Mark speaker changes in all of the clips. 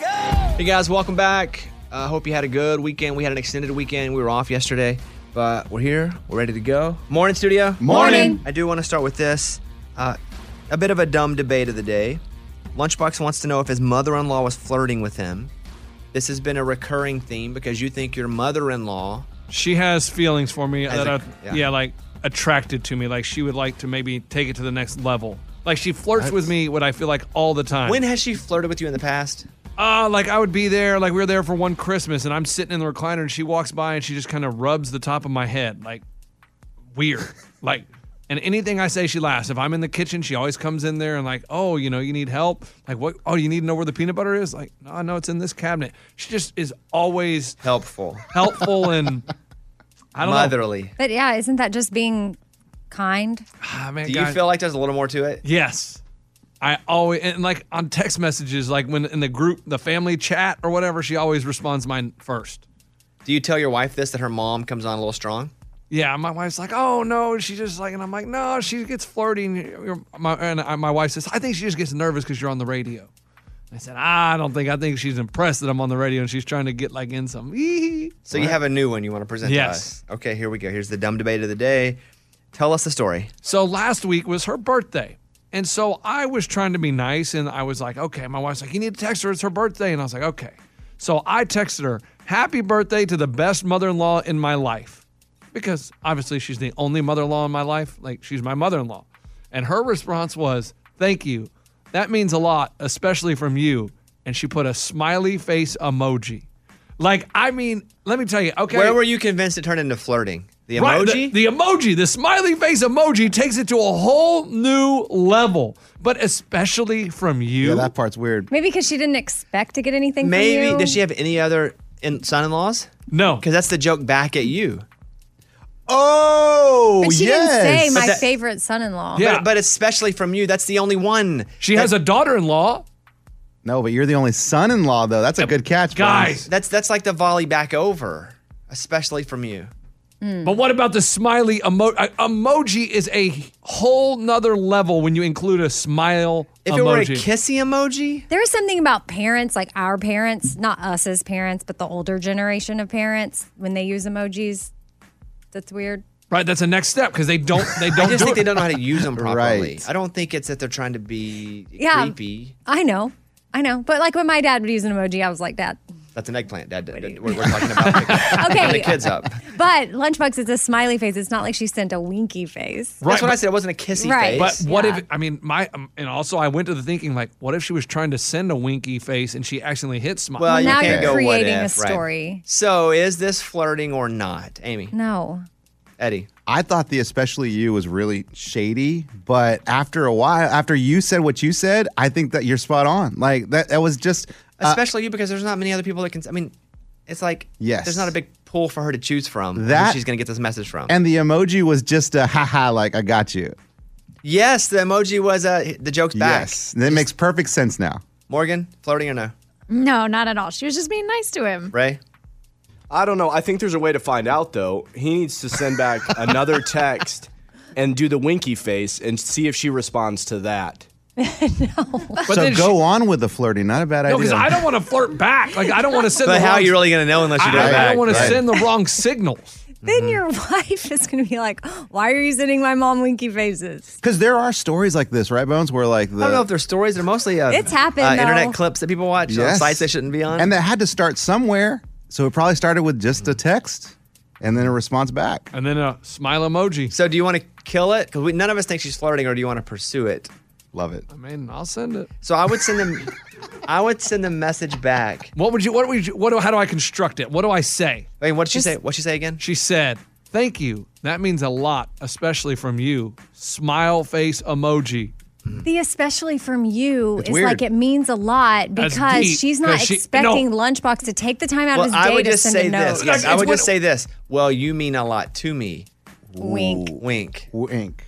Speaker 1: Hey guys, welcome back. I hope you had a good weekend. We had an extended weekend. We were off yesterday, but we're here. We're ready to go. Morning, studio.
Speaker 2: Morning.
Speaker 1: I do want to start with this. Uh, a bit of a dumb debate of the day. Lunchbox wants to know if his mother-in-law was flirting with him. This has been a recurring theme because you think your mother-in-law
Speaker 3: She has feelings for me
Speaker 1: As
Speaker 3: that
Speaker 1: a-
Speaker 3: are
Speaker 1: yeah.
Speaker 3: yeah. like attracted to me. Like she would like to maybe take it to the next level. Like she flirts with me what I feel like all the time.
Speaker 1: When has she flirted with you in the past?
Speaker 3: Ah, like I would be there, like we were there for one Christmas and I'm sitting in the recliner and she walks by and she just kind of rubs the top of my head. Like weird. like and anything I say she laughs. If I'm in the kitchen, she always comes in there and like, "Oh, you know, you need help." Like, "What? Oh, you need to know where the peanut butter is?" Like, "No, no, it's in this cabinet." She just is always
Speaker 1: Helpful.
Speaker 3: helpful and I don't know.
Speaker 1: Motherly.
Speaker 2: But yeah, isn't that just being kind?
Speaker 3: Ah, man,
Speaker 1: Do you
Speaker 3: guys.
Speaker 1: feel like there's a little more to it?
Speaker 3: Yes. I always and like on text messages, like when in the group, the family chat or whatever, she always responds mine first.
Speaker 1: Do you tell your wife this that her mom comes on a little strong?
Speaker 3: Yeah, my wife's like, "Oh no," she just like, and I'm like, "No," she gets flirty, and, you're- my, and I, my wife says, "I think she just gets nervous because you're on the radio." I said, "I don't think. I think she's impressed that I'm on the radio, and she's trying to get like in some."
Speaker 1: So you have a new one you want to present
Speaker 3: Yes.
Speaker 1: to us. Okay, here we go. Here's the dumb debate of the day. Tell us the story.
Speaker 3: So last week was her birthday. And so I was trying to be nice and I was like, okay, my wife's like, you need to text her. It's her birthday. And I was like, okay. So I texted her, happy birthday to the best mother in law in my life. Because obviously she's the only mother in law in my life. Like she's my mother in law. And her response was, thank you. That means a lot, especially from you. And she put a smiley face emoji. Like, I mean, let me tell you, okay.
Speaker 1: Where were you convinced it turned into flirting? The emoji?
Speaker 3: Right, the, the emoji, the smiley face emoji takes it to a whole new level, but especially from you.
Speaker 4: Yeah, that part's weird.
Speaker 2: Maybe because she didn't expect to get anything. from
Speaker 1: Maybe
Speaker 2: you.
Speaker 1: does she have any other in, son-in-laws?
Speaker 3: no,
Speaker 1: Because that's the joke back at you.
Speaker 4: Oh,
Speaker 2: But she
Speaker 4: yes.
Speaker 2: didn't say my
Speaker 1: that-
Speaker 2: favorite son-in-law.
Speaker 3: Yeah.
Speaker 1: But, but especially from you, that's the only one.
Speaker 3: she has a daughter-in-law.
Speaker 4: no, but you're the only son-in-law though. That's a good catch,
Speaker 3: Guys,
Speaker 1: That's that's like the volley back over, especially from you.
Speaker 2: Hmm.
Speaker 3: but what about the smiley emoji? Emoji is a whole nother level when you include a smile
Speaker 1: If
Speaker 3: emoji.
Speaker 1: it were a kissy emoji,
Speaker 2: There is something about parents, like our parents, not us as parents, but the older generation of parents when they use emojis. That's weird.
Speaker 3: right, that's the next step because they don't they don't
Speaker 1: I just
Speaker 3: do
Speaker 1: think
Speaker 3: it.
Speaker 1: they don't know how to use them properly.
Speaker 4: Right.
Speaker 1: I don't think it's that they're trying to be
Speaker 2: Yeah.
Speaker 1: creepy.
Speaker 2: I know, I know. But like when my dad would use an emoji, I was like, Dad.
Speaker 1: That's an eggplant, Dad. Dad, Dad, We're, we're talking about picking
Speaker 2: Okay.
Speaker 1: the kids up.
Speaker 2: But lunchbox, it's a smiley face. It's not like she sent a winky face.
Speaker 3: Right,
Speaker 1: That's what I
Speaker 3: but-
Speaker 1: said. It wasn't a kissy
Speaker 2: Right.
Speaker 3: But
Speaker 1: face.
Speaker 3: what
Speaker 2: Yeah.
Speaker 3: if I mean my um, and also I went to the thinking like what if she was trying to send a winky face and she accidentally hit smile?
Speaker 1: well, you
Speaker 2: now you're
Speaker 1: can't go what
Speaker 2: creating
Speaker 1: if,
Speaker 2: a
Speaker 1: right.
Speaker 2: story.
Speaker 1: So is this flirting or not, Amy?
Speaker 2: No.
Speaker 1: Eddie.
Speaker 4: I thought the especially you was really shady, but after a while, after you said what you said, I think that you're spot on. Like that, that was just uh,
Speaker 1: Especially you because there's not many other people that can. I mean, it's like
Speaker 4: Yes.
Speaker 1: there's not a big pool for her to choose from. That
Speaker 4: That-
Speaker 1: she's gonna get this message from.
Speaker 4: and the emoji was just a haha, like I got you.
Speaker 1: yes, the emoji was uh, the joke's back.
Speaker 4: Yes, that makes perfect sense now.
Speaker 1: Morgan, flirting or no?
Speaker 5: No, not at all. She was just being nice to him.
Speaker 1: Ray.
Speaker 6: I don't know. I think there's a way to find out though. He needs to send back another text and do the winky face and see if she responds to that.
Speaker 3: but
Speaker 4: so
Speaker 3: then
Speaker 4: go
Speaker 3: she,
Speaker 4: on with the flirting. Not a bad
Speaker 3: no,
Speaker 4: idea.
Speaker 3: because I don't want to flirt back. Like I don't want to send. the wrong-
Speaker 1: gonna know unless
Speaker 3: I,
Speaker 1: it
Speaker 3: I
Speaker 1: back,
Speaker 3: don't want
Speaker 1: right?
Speaker 3: to send the wrong signals.
Speaker 2: Then your wife is going to be like, why are you sending my mom winky faces?
Speaker 4: Because there are stories like this, right, Bones? Where like the
Speaker 1: I don't know if they're stories. They're mostly uh,
Speaker 2: It's happened,
Speaker 1: uh,
Speaker 2: though.
Speaker 1: internet clips that people watch on
Speaker 4: Yes.
Speaker 1: sites they shouldn't be on.
Speaker 4: and that had to start somewhere. So it probably started with just a text and then a response back.
Speaker 3: And then a smile emoji.
Speaker 1: so do you want to kill it? Because none of us think she's flirting, or do you want to pursue it?
Speaker 4: Love it.
Speaker 3: I mean, I'll send it.
Speaker 1: So I would send them. I would send the message back.
Speaker 3: What would you? What would you? What do? How do I construct it? What do I say?
Speaker 1: I mean, what did she say? What did she say again?
Speaker 3: She said, "Thank you. That means a lot, especially from you." Smile face emoji.
Speaker 2: The especially from you
Speaker 4: It's
Speaker 2: is
Speaker 4: weird.
Speaker 2: like it means a lot
Speaker 3: That's
Speaker 2: because
Speaker 3: deep,
Speaker 2: she's not
Speaker 3: 'cause she-
Speaker 2: expecting
Speaker 3: no.
Speaker 2: Lunchbox to take the time out of
Speaker 1: Well,
Speaker 2: his
Speaker 1: I
Speaker 2: day
Speaker 1: would
Speaker 2: to
Speaker 1: just
Speaker 2: send
Speaker 1: say
Speaker 2: a note.
Speaker 1: this. Yes,
Speaker 3: Like,
Speaker 1: I would
Speaker 3: it's
Speaker 1: just
Speaker 3: what-
Speaker 1: say this. Well, you mean a lot to me.
Speaker 2: Wink.
Speaker 1: Wink.
Speaker 4: Wink.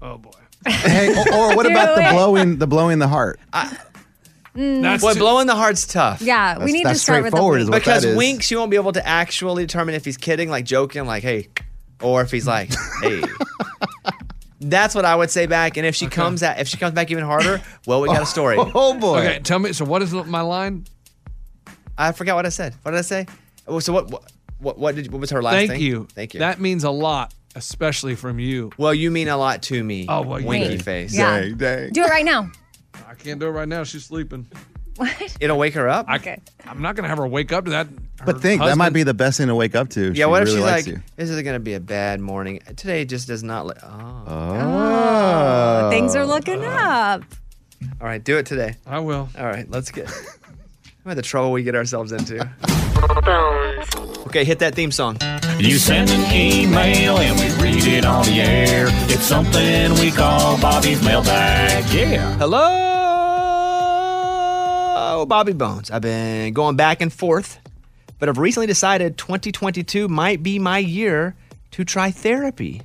Speaker 3: Oh boy,
Speaker 4: Hey, or, or what about the blowing the blowing the heart?
Speaker 3: that's
Speaker 1: Boy,
Speaker 3: too-
Speaker 1: blowing the heart's tough.
Speaker 2: Yeah, we
Speaker 4: That's-
Speaker 2: need to
Speaker 4: that's
Speaker 2: start with the
Speaker 4: straightforward is
Speaker 2: wink.
Speaker 4: what-
Speaker 1: Because
Speaker 4: that is.
Speaker 1: winks, you won't be able to actually determine if he's kidding, like joking, like hey, or if he's like hey. That's what I would say back. And if she comes at, if she comes back even harder, well, we got a story.
Speaker 4: Oh boy.
Speaker 3: Okay, tell me. So what is my line?
Speaker 1: I forgot what I said. What did I say? Well, so what? What? What, did, what was her last
Speaker 3: Thank
Speaker 1: thing?
Speaker 3: you.
Speaker 1: Thank you.
Speaker 3: That means a lot, especially from you.
Speaker 1: well, you mean a lot to me.
Speaker 3: Oh, well, you
Speaker 1: winky
Speaker 3: did.
Speaker 1: face.
Speaker 2: Yeah.
Speaker 4: Dang, dang.
Speaker 2: Do it right now.
Speaker 3: I can't do it right now. She's sleeping.
Speaker 1: It'll wake her up.
Speaker 3: I, I'm not gonna have her wake up to that.
Speaker 4: But think that might be the best thing to wake up to.
Speaker 1: yeah. What if
Speaker 4: really
Speaker 1: she's
Speaker 4: likes
Speaker 1: like,
Speaker 4: you.
Speaker 1: "This is gonna be a bad morning. Today just does not." Li- oh.
Speaker 4: Oh.
Speaker 2: Things
Speaker 1: uh,
Speaker 2: are looking up.
Speaker 1: All right, do it today.
Speaker 3: I will.
Speaker 1: All right, let's get. Look at the trouble we get ourselves into. Okay, hit that theme song.
Speaker 7: You send an email and we read it on the air. It's something we call Bobby's mailbag. Yeah.
Speaker 1: Hello, Bobby Bones. I've been going back and forth, but I've recently decided 2022 might be my year to try therapy.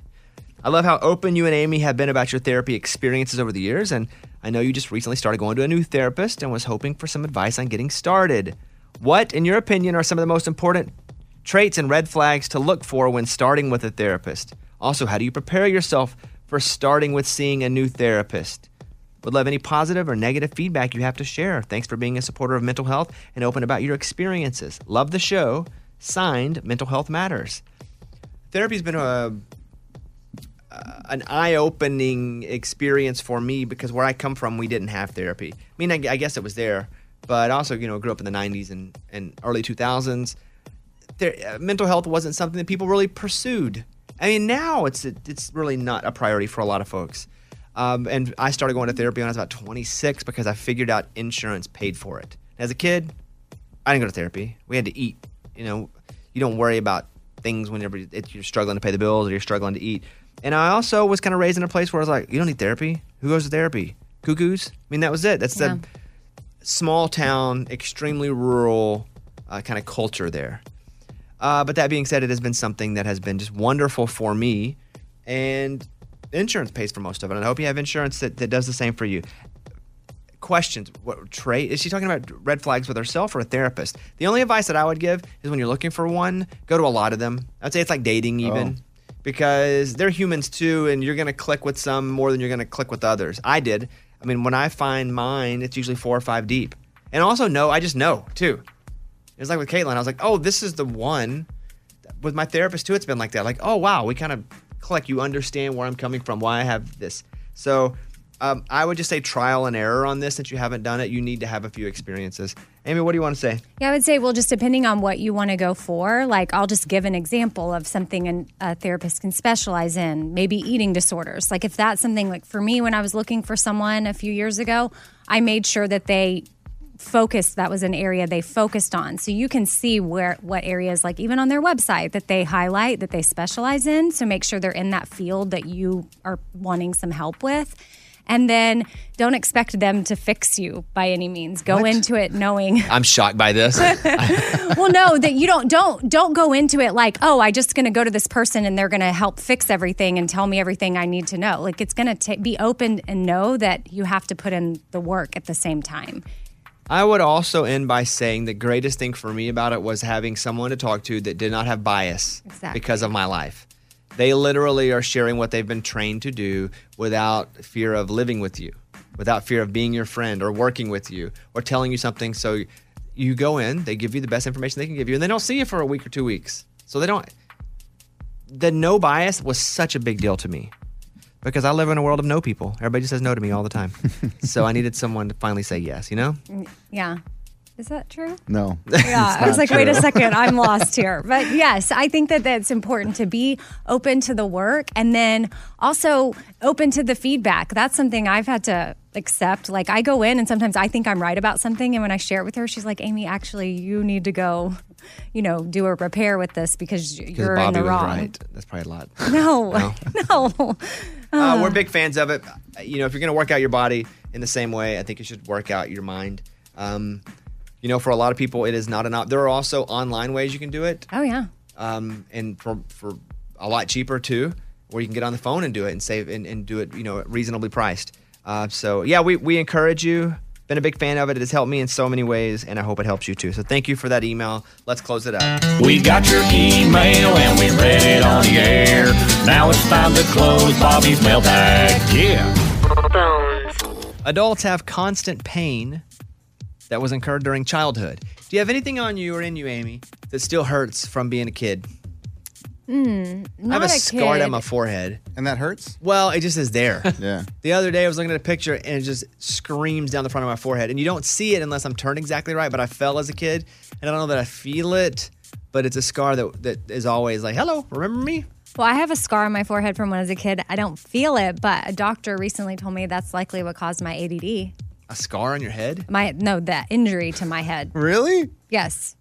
Speaker 1: I love how open you and Amy have been about your therapy experiences over the years, and I know you just recently started going to a new therapist and was hoping for some advice on getting started. What, in your opinion, are some of the most important traits and red flags to look for when starting with a therapist? Also, how do you prepare yourself for starting with seeing a new therapist? Would love any positive or negative feedback you have to share. Thanks for being a supporter of mental health and open about your experiences. Love the show. Signed, Mental Health Matters. Therapy's been a an eye-opening experience for me because where I come from, we didn't have therapy. I mean, I, I guess it was there, but also you know grew up in the '90s and, and early 2000s. There, uh, mental health wasn't something that people really pursued. I mean, now it's it, it's really not a priority for a lot of folks. Um, and I started going to therapy when I was about 26 because I figured out insurance paid for it. As a kid, I didn't go to therapy. We had to eat. You know, you don't worry about things whenever it, you're struggling to pay the bills or you're struggling to eat. And I also was kind of raised in a place where I was like, you don't need therapy. Who goes to therapy? Cuckoos. I mean, that was it. That's
Speaker 2: Yeah.
Speaker 1: the small town, extremely rural uh, kind of culture there. Uh, but that being said, it has been something that has been just wonderful for me. And insurance pays for most of it. And I hope you have insurance that, that does the same for you questions. What trait is she talking about? Red flags with herself or a therapist? The only advice that I would give is when you're looking for one, go to a lot of them. I'd say it's like dating, even because they're humans too, and you're gonna click with some more than you're gonna click with others. I did. I mean, when I find mine, it's usually four or five deep, and also no, I just know too. It was like with Caitlin. I was like, oh, this is the one. With my therapist too, it's been like that. Like, oh wow, we kind of click. You understand where I'm coming from, why I have this. So, um, I would just say trial and error on this. Since you haven't done it, you need to have a few experiences. Amy, what do you want to say?
Speaker 2: Yeah, I would say, well, just depending on what you want to go for, like I'll just give an example of something an, a therapist can specialize in, maybe eating disorders. Like if that's something, like for me, when I was looking for someone a few years ago, I made sure that they focused, that was an area they focused on. So you can see where, what areas, like even on their website, that they highlight, that they specialize in. So make sure they're in that field that you are wanting some help with. And then don't expect them to fix you by any means. Go into it knowing
Speaker 1: I'm shocked by this.
Speaker 2: well no that you don't don't don't go into it like oh i just gonna go to this person and they're gonna help fix everything and tell me everything i need to know like it's gonna ta be open and know that you have to put in the work at the same time
Speaker 1: I would also end by saying the greatest thing for me about it was having someone to talk to that did not have bias
Speaker 2: Exactly.
Speaker 1: because of my life. They literally are sharing what they've been trained to do without fear of living with you, without fear of being your friend or working with you or telling you something. So you go in, they give you the best information they can give you, and they don't see you for a week or two weeks. So they don't. The no bias was such a big deal to me because I live in a world of no people. Everybody just says no to me all the time. so I needed someone to finally say yes, you know?
Speaker 2: yeah is that true
Speaker 4: No.
Speaker 2: Yeah, I was like, wait a second, I'm lost here. But yes, I think that that's important to be open to the work and then also open to the feedback. That's something I've had to accept. Like, I go in and sometimes I think I'm right about something. And when I share it with her, she's like, Amy, actually, you need to go, you know, do a repair with this because y-
Speaker 1: Because
Speaker 2: you're
Speaker 1: Bobby
Speaker 2: in the
Speaker 1: was
Speaker 2: wrong.
Speaker 1: right. That's probably a lot.
Speaker 2: No, no.
Speaker 1: Uh,
Speaker 2: Uh-huh.
Speaker 1: we're big fans of it. Uh, You know, if you're going to work out your body in the same way, I think you should work out your mind. Um, you know, for a lot of people, it is not an op- There are also online ways you can do it,
Speaker 2: Oh, yeah.
Speaker 1: um, and for, for a lot cheaper too, where you can get on the phone and do it and save and, and do it, you know, reasonably priced. Uh, so yeah, we, we encourage you. Been a big fan of it. It has helped me in so many ways, and I hope it helps you too. So thank you for that email. Let's close it up.
Speaker 7: We got your email and we read it on the air. Now it's time to close Bobby's mailbag. Yeah.
Speaker 1: Adults have constant pain that was incurred during childhood. Do you have anything on you or in you, Amy, that still hurts from being a kid?
Speaker 2: Mm, not
Speaker 1: I have a,
Speaker 2: a
Speaker 1: scar
Speaker 2: kid.
Speaker 1: down my forehead.
Speaker 4: And that hurts?
Speaker 1: Well, it just is there.
Speaker 4: Yeah.
Speaker 1: The other day, I was looking at a picture and it just screams down the front of my forehead. And you don't see it unless I'm turned exactly right, but I fell as a kid. And I don't know that I feel it, but it's a scar that, that is always like, hello, remember me?
Speaker 2: Well, I have a scar on my forehead from when I was a kid. I don't feel it, but a doctor recently told me that's likely what caused my ADD.
Speaker 1: A scar on your head?
Speaker 2: My no, that injury to my head.
Speaker 4: Really?
Speaker 2: Yes.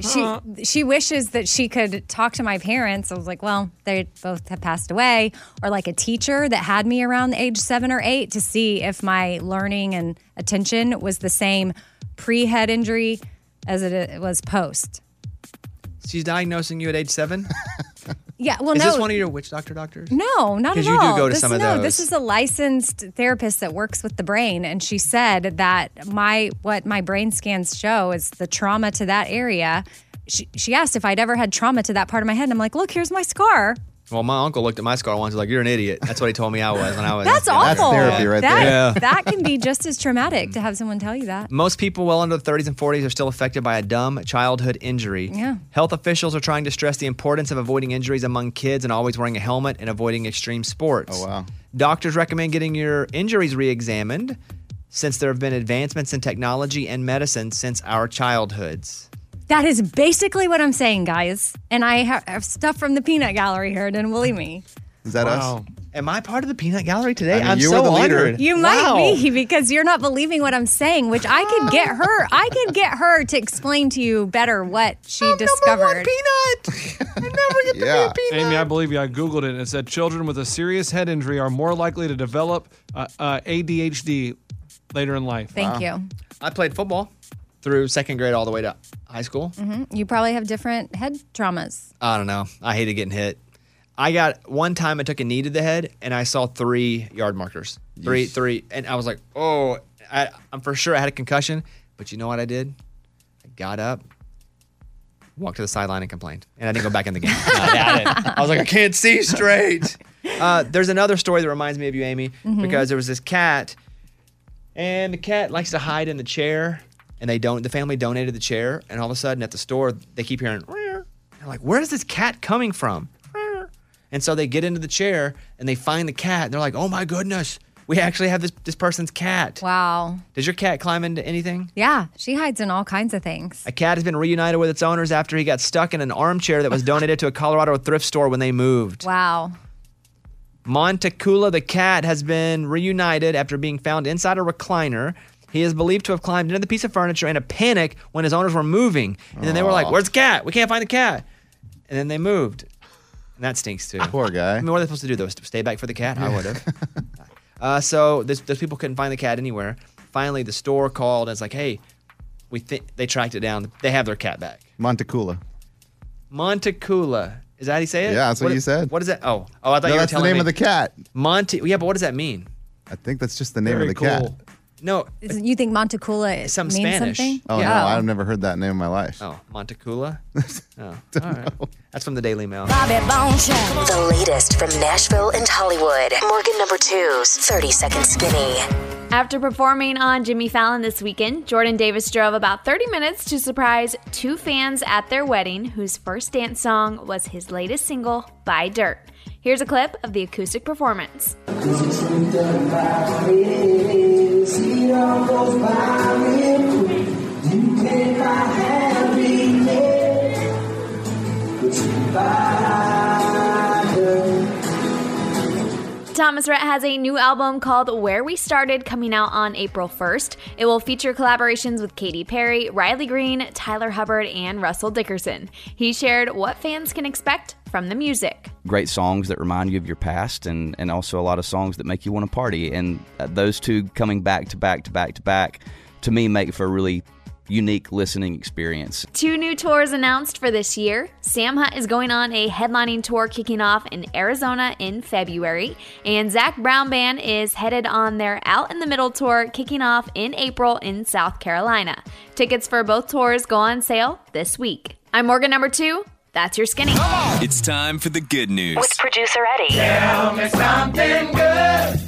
Speaker 2: She
Speaker 1: Huh.
Speaker 2: she wishes that she could talk to my parents. I was like, well, they both have passed away, or like a teacher that had me around age seven or eight to see if my learning and attention was the same pre head injury as it it was post.
Speaker 1: She's diagnosing you at age seven?
Speaker 2: Yeah, well,
Speaker 1: is
Speaker 2: no,
Speaker 1: this one of your witch doctor doctors?
Speaker 2: No, not at
Speaker 1: 'Cause you do
Speaker 2: all.
Speaker 1: go to
Speaker 2: this,
Speaker 1: some of
Speaker 2: no,
Speaker 1: those.
Speaker 2: this is a licensed therapist that works with the brain, and she said that my what my brain scans show is the trauma to that area. She, she asked if I'd ever had trauma to that part of my head. And I'm like, look, here's my scar.
Speaker 1: Well, my uncle looked at my scar once. He's like, "You're an idiot." That's what he told me I was when I was.
Speaker 2: That's awful. that,
Speaker 1: Yeah.
Speaker 2: That can be just as traumatic to have someone tell you that.
Speaker 1: Most people well into their 30s and 40s are still affected by a dumb childhood injury.
Speaker 2: Yeah.
Speaker 1: Health officials are trying to stress the importance of avoiding injuries among kids and always wearing a helmet and avoiding extreme sports. Oh wow. Doctors recommend getting your injuries re-examined since there have been advancements in technology and medicine since our childhoods.
Speaker 2: That is basically what I'm saying, guys. And I ha- have stuff from the peanut gallery here. Didn't believe me.
Speaker 4: Is that
Speaker 1: us? Am I part of the peanut gallery today?
Speaker 4: I mean,
Speaker 1: am
Speaker 4: you were
Speaker 1: so
Speaker 4: the leader.
Speaker 1: honored.
Speaker 2: You
Speaker 1: Wow.
Speaker 2: might be because you're not believing what I'm saying, which I could get her. I could get her to explain to you better what she discovered.
Speaker 4: Yeah.
Speaker 3: Amy, I believe you. I Googled it and it said children with a serious head injury are more likely to develop uh, uh, ADHD later in life.
Speaker 2: Thank you.
Speaker 1: I played football through second grade all the way to high school.
Speaker 2: hmm You probably have different head traumas.
Speaker 1: I don't know. I hated getting hit. I got one time I took a knee to the head and I saw three yard markers. Three,
Speaker 8: Yeesh.
Speaker 1: three. And I was like, oh, I, I'm for sure I had a concussion. But you know what I did? I got up, walked to the sideline and complained. And I didn't go back in the game. I doubt it. I was like, I can't see straight. Uh, there's another story that reminds me of you, Amy,
Speaker 9: Mhm.
Speaker 1: because there was this cat and the cat likes to hide in the chair and they don't, the family donated the chair. And all of a sudden at the store, they keep hearing, they're like, where is this cat coming from? And so they get into the chair and they find the cat. And they're like, oh my goodness, we actually have this, this person's cat.
Speaker 2: Wow.
Speaker 1: Does your cat climb into anything?
Speaker 2: Yeah, she hides in all kinds of things.
Speaker 1: A cat has been reunited with its owners after he got stuck in an armchair that was donated to a Colorado thrift store when they moved.
Speaker 2: Wow.
Speaker 1: Montecula the cat has been reunited after being found inside a recliner. He is believed to have climbed into the piece of furniture in a panic when his owners were moving. And then they were like,
Speaker 10: Aw.
Speaker 1: Where's the cat? We can't find the cat. And then they moved. And that stinks too. Poor guy. I mean, what are they supposed to do though? Stay back for the cat? I would have. uh, so this, those people couldn't find the cat anywhere. Finally, the store called and it's like, Hey, we think they tracked it down. They have their cat back.
Speaker 4: Montecula.
Speaker 1: Montecula. Is that how you say it?
Speaker 4: Yeah, that's what you
Speaker 1: is-
Speaker 4: said.
Speaker 1: What is that? Oh, oh, I thought
Speaker 4: No,
Speaker 1: you were
Speaker 4: that's the
Speaker 1: telling
Speaker 4: name
Speaker 1: me.
Speaker 4: of the cat.
Speaker 1: Monte. Yeah, but what does that mean?
Speaker 4: I think that's just the name of the cat.
Speaker 1: No,
Speaker 2: Is- You think Montecula
Speaker 1: Some
Speaker 2: means
Speaker 1: Spanish.
Speaker 2: something?
Speaker 4: Oh, no, I've never heard that name in my life.
Speaker 1: Oh, Montecula? Oh, all right. That's from the Daily Mail.
Speaker 11: The latest from Nashville and Hollywood. Morgan number two's 30 Second Skinny.
Speaker 5: After performing on Jimmy Fallon this weekend, Jordan Davis drove about 30 minutes to surprise two fans at their wedding, whose first dance song was his latest single, By Dirt. Here's a clip of the acoustic performance. Thomas Rhett has a new album called Where We Started coming out on April 1st. It will feature collaborations with Katy Perry, Riley Green, Tyler Hubbard, and Russell Dickerson. He shared what fans can expect from the music.
Speaker 7: great songs that remind you of your past and, and also a lot of songs that make you want to party. And uh, those two coming back to back to back to back to me make for a really unique listening experience.
Speaker 5: Two new tours announced for this year. Sam Hunt is going on a headlining tour kicking off in Arizona in February, and Zach Brown Band is headed on their Out in the Middle tour kicking off in April in South Carolina. Tickets for both tours go on sale this week. I'm Morgan number 2. That's your skinny.
Speaker 12: It's time for the good news.
Speaker 11: With producer Eddie.
Speaker 12: Tell me something good.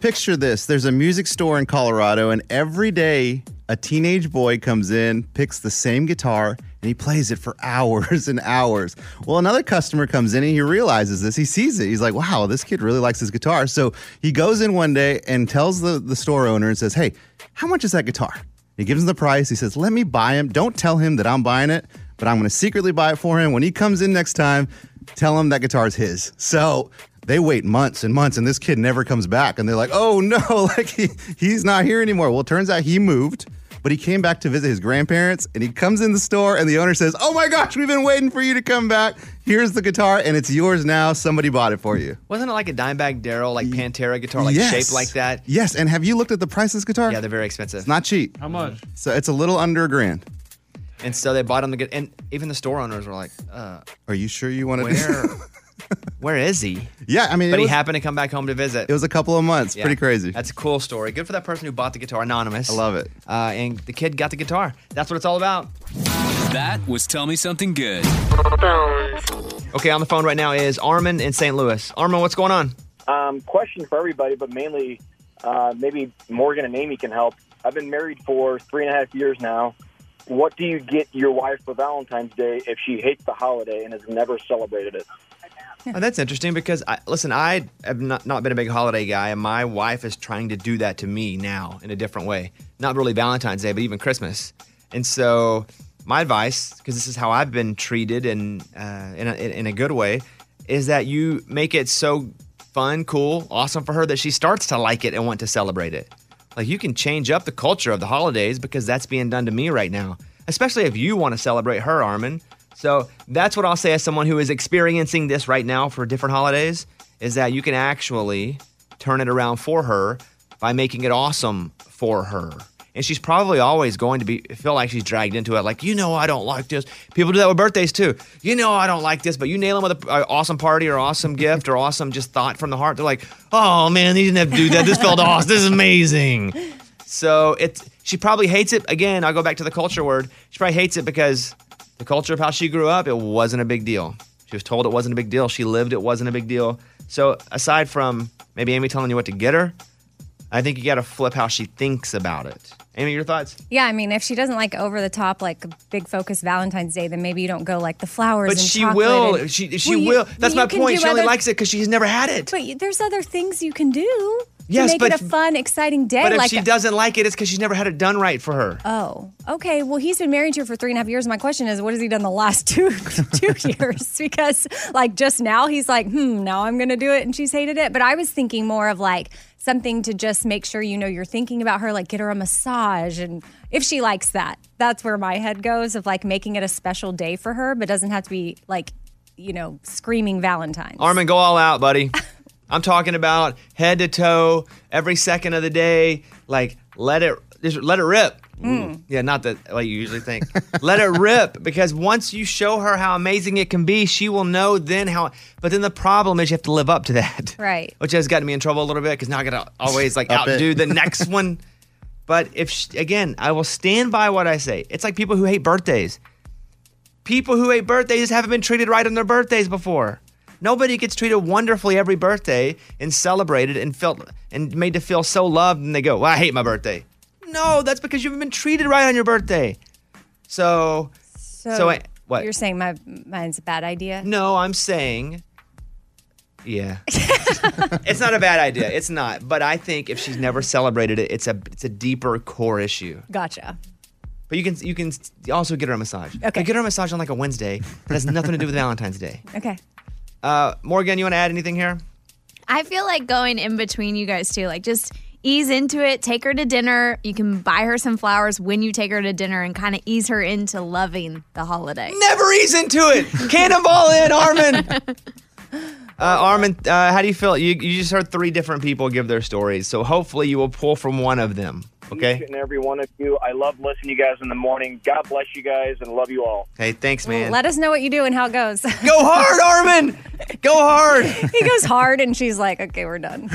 Speaker 4: Picture this there's a music store in Colorado, and every day a teenage boy comes in, picks the same guitar, and he plays it for hours and hours. Well, another customer comes in and he realizes this. He sees it. He's like, wow, this kid really likes his guitar. So he goes in one day and tells the, the store owner and says, hey, how much is that guitar? He gives him the price. He says, let me buy him. Don't tell him that I'm buying it, but I'm going to secretly buy it for him. When he comes in next time, tell him that guitar's his. So they wait months and months, and this kid never comes back. And they're like, oh no, like he, he's not here anymore. Well, it turns out he moved, but he came back to visit his grandparents, and he comes in the store, and the owner says, oh my gosh, we've been waiting for you to come back. Here's the guitar, and it's yours now. Somebody bought it for you.
Speaker 1: Wasn't it like a Dimebag Daryl, like Pantera guitar, like
Speaker 4: Yes.
Speaker 1: shaped like that?
Speaker 4: Yes, and have you looked at the price of this guitar?
Speaker 1: Yeah, they're very expensive.
Speaker 4: It's not cheap.
Speaker 1: How much?
Speaker 4: So it's a little under a grand.
Speaker 1: And so they bought him the good. And even the store owners were like, uh,
Speaker 4: Are you sure you want to?
Speaker 1: where, where is he?
Speaker 4: yeah, I mean,
Speaker 1: but
Speaker 4: it was,
Speaker 1: he happened to come back home to visit.
Speaker 4: it was a couple of months.
Speaker 1: Yeah. Uh,
Speaker 4: Pretty crazy.
Speaker 1: That's a cool story. Good for that person who bought the guitar, anonymous.
Speaker 4: I love it.
Speaker 1: Uh, and the kid got the guitar. That's what it's all about.
Speaker 13: That was Tell Me Something Good.
Speaker 1: Okay, on the phone right now is Armin in St. Louis. Armin, what's going on?
Speaker 14: Um, question for everybody, but mainly uh, maybe Morgan and Amy can help. I've been married for three and a half years now. What do you get your wife for Valentine's Day if she hates the holiday and has never celebrated it?
Speaker 1: Oh, that's interesting because I, listen, I have not, not been a big holiday guy, and my wife is trying to do that to me now in a different way. Not really Valentine's Day, but even Christmas. And so, my advice, because this is how I've been treated and uh, in, a, in a good way, is that you make it so fun, cool, awesome for her that she starts to like it and want to celebrate it. Like you can change up the culture of the holidays because that's being done to me right now, especially if you want to celebrate her, Armin. So that's what I'll say as someone who is experiencing this right now for different holidays is that you can actually turn it around for her by making it awesome for her. And she's probably always going to be feel like she's dragged into it. Like, you know, I don't like this. People do that with birthdays too. You know, I don't like this, but you nail them with an awesome party or awesome gift or awesome just thought from the heart. They're like, oh man, they didn't have to do that. This felt awesome. This is amazing. So it's she probably hates it. Again, I'll go back to the culture word. She probably hates it because the culture of how she grew up, it wasn't a big deal. She was told it wasn't a big deal. She lived it wasn't a big deal. So aside from maybe Amy telling you what to get her, I think you got to flip how she thinks about it. Amy, your thoughts?
Speaker 2: Yeah, I mean, if she doesn't like over the top, like big focus Valentine's Day, then maybe you don't go like the flowers.
Speaker 1: But
Speaker 2: and
Speaker 1: she
Speaker 2: chocolate
Speaker 1: will.
Speaker 2: and-
Speaker 1: She she
Speaker 2: Well, you-
Speaker 1: will. That's
Speaker 2: you
Speaker 1: my
Speaker 2: can
Speaker 1: point.
Speaker 2: do
Speaker 1: She only
Speaker 2: other-
Speaker 1: likes it because she's never had it.
Speaker 2: But you- there's other things you can do
Speaker 1: Yes,
Speaker 2: to make it
Speaker 1: but-
Speaker 2: a fun, exciting day.
Speaker 1: But if
Speaker 2: like
Speaker 1: she doesn't like it, it's because she's never had it done right for her.
Speaker 2: Oh, okay. Well, he's been married to her for three and a half years. My question is, what has he done the last two two years? Because like just now, he's like, hmm, now I'm going to do it, and she's hated it. But I was thinking more of like something to just make sure you know you're thinking about her, like get her a massage, and if she likes that, that's where my head goes of like making it a special day for her, but doesn't have to be like you know screaming Valentine's.
Speaker 1: Armin, go all out, buddy. I'm talking about head to toe, every second of the day. Like let it, just let it rip.
Speaker 2: Mm.
Speaker 1: Yeah, not that like you usually think. let it rip because once you show her how amazing it can be, she will know then how. But then the problem is you have to live up to that,
Speaker 2: Right.
Speaker 1: which has gotten me in trouble a little bit because now I gotta always like
Speaker 15: Up it.
Speaker 1: outdo the next one. But if sh again, I will stand by what I say. It's like people who hate birthdays. People who hate birthdays just haven't been treated right on their birthdays before. Nobody gets treated wonderfully every birthday and celebrated and felt and made to feel so loved, and they go, "Well, I hate my birthday." No, that's because you haven't been treated right on your birthday. So,
Speaker 2: So,
Speaker 1: So I- what?
Speaker 2: you're saying? My mine's a bad idea.
Speaker 1: no, I'm saying, yeah, it's not a bad idea. It's not, but I think if she's never celebrated it, it's a it's a deeper core issue.
Speaker 2: Gotcha.
Speaker 1: But you can you can also get her a massage. Okay, get her a massage on like a Wednesday. That has nothing to do with Valentine's Day.
Speaker 2: Okay.
Speaker 1: Uh, Morgan, you want to add anything here?
Speaker 5: I feel like going in between you guys too, like just ease into it. Take her to dinner. You can buy her some flowers when you take her to dinner, and kind of ease her into loving the holiday.
Speaker 1: Never ease into it. Cannonball in, Armin. Uh, Armin, uh, how do you feel? You, you just heard three different people give their stories, so hopefully you will pull from one of them.
Speaker 14: Each
Speaker 1: Okay.
Speaker 14: and every one of you. I love listening to you guys in the morning. God bless you guys and love you all.
Speaker 1: Hey, thanks, man.
Speaker 2: Let us know what you do and how it goes. Go
Speaker 1: hard, Armin. Go hard.
Speaker 2: he goes hard, and she's like, "Okay, we're done."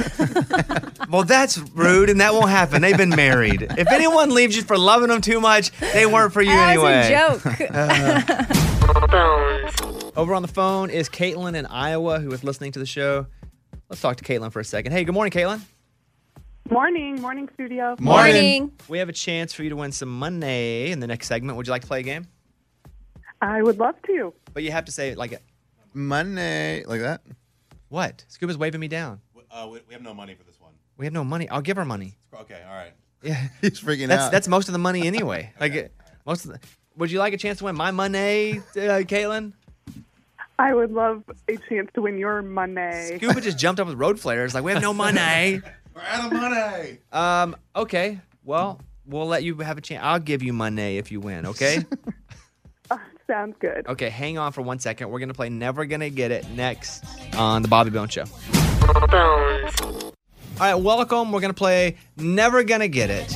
Speaker 1: Well, that's rude, and that won't happen. They've been married. If anyone leaves you for loving them too much, they weren't for you
Speaker 2: That was
Speaker 1: anyway.
Speaker 2: a
Speaker 1: joke. Over on the phone is Caitlin in Iowa, who is listening to the show. Let's talk to Caitlin for a second. Hey, good morning, Caitlin.
Speaker 15: Morning, morning studio.
Speaker 1: We have a chance for you to win some money in the next segment. Would you like to play a game?
Speaker 15: I would love to.
Speaker 1: But you have to say it like Money, like that. What? Scuba's waving me down.
Speaker 16: Uh, we, we have no money for this one.
Speaker 1: We have no money. I'll give her money.
Speaker 16: Okay, all right.
Speaker 1: Yeah,
Speaker 4: he's freaking
Speaker 1: that's,
Speaker 4: out.
Speaker 1: That's most of the money anyway. Like uh, most of the. Would you like a chance to win my money, uh, Caitlin?
Speaker 15: I would love a chance to win your money.
Speaker 1: Scuba just jumped up with road flares. Like we have no money.
Speaker 16: We're out of money.
Speaker 1: Um. Okay. Well, we'll let you have a chance. I'll give you money if you win. Okay.
Speaker 15: Sounds good.
Speaker 1: okay. Hang on for one second. We're gonna play Never Gonna Get It next on the Bobby Bones Show. All right. Welcome. We're gonna play Never Gonna Get It.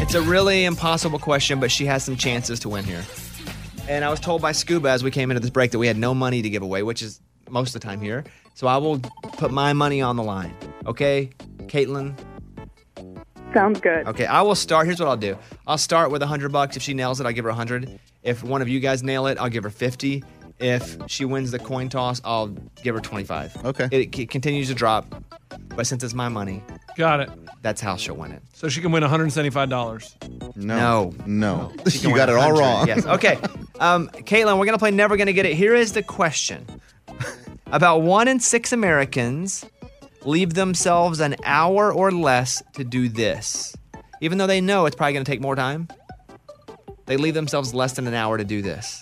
Speaker 1: It's a really impossible question, but she has some chances to win here. And I was told by Scuba as we came into this break that we had no money to give away, which is most of the time here. So I will put my money on the line. Okay, Caitlin.
Speaker 15: Sounds good.
Speaker 1: Okay, I will start. Here's what I'll do. I'll start with 100 bucks. If she nails it, I'll give her 100. If one of you guys nail it, I'll give her 50. If she wins the coin toss, I'll give her 25. Okay. It, c- continues to drop, but since it's my money,
Speaker 3: Got it.
Speaker 1: that's how she'll win it.
Speaker 3: So she can win $175.
Speaker 1: No.
Speaker 4: No.
Speaker 1: She can win 100. Yes. Okay. Um, Caitlin, we're going to play Never Gonna Get It. Here is the question About one in six Americans leave themselves an hour or less to do this, even though they know it's probably going to take more time. They leave themselves less than an hour to do this.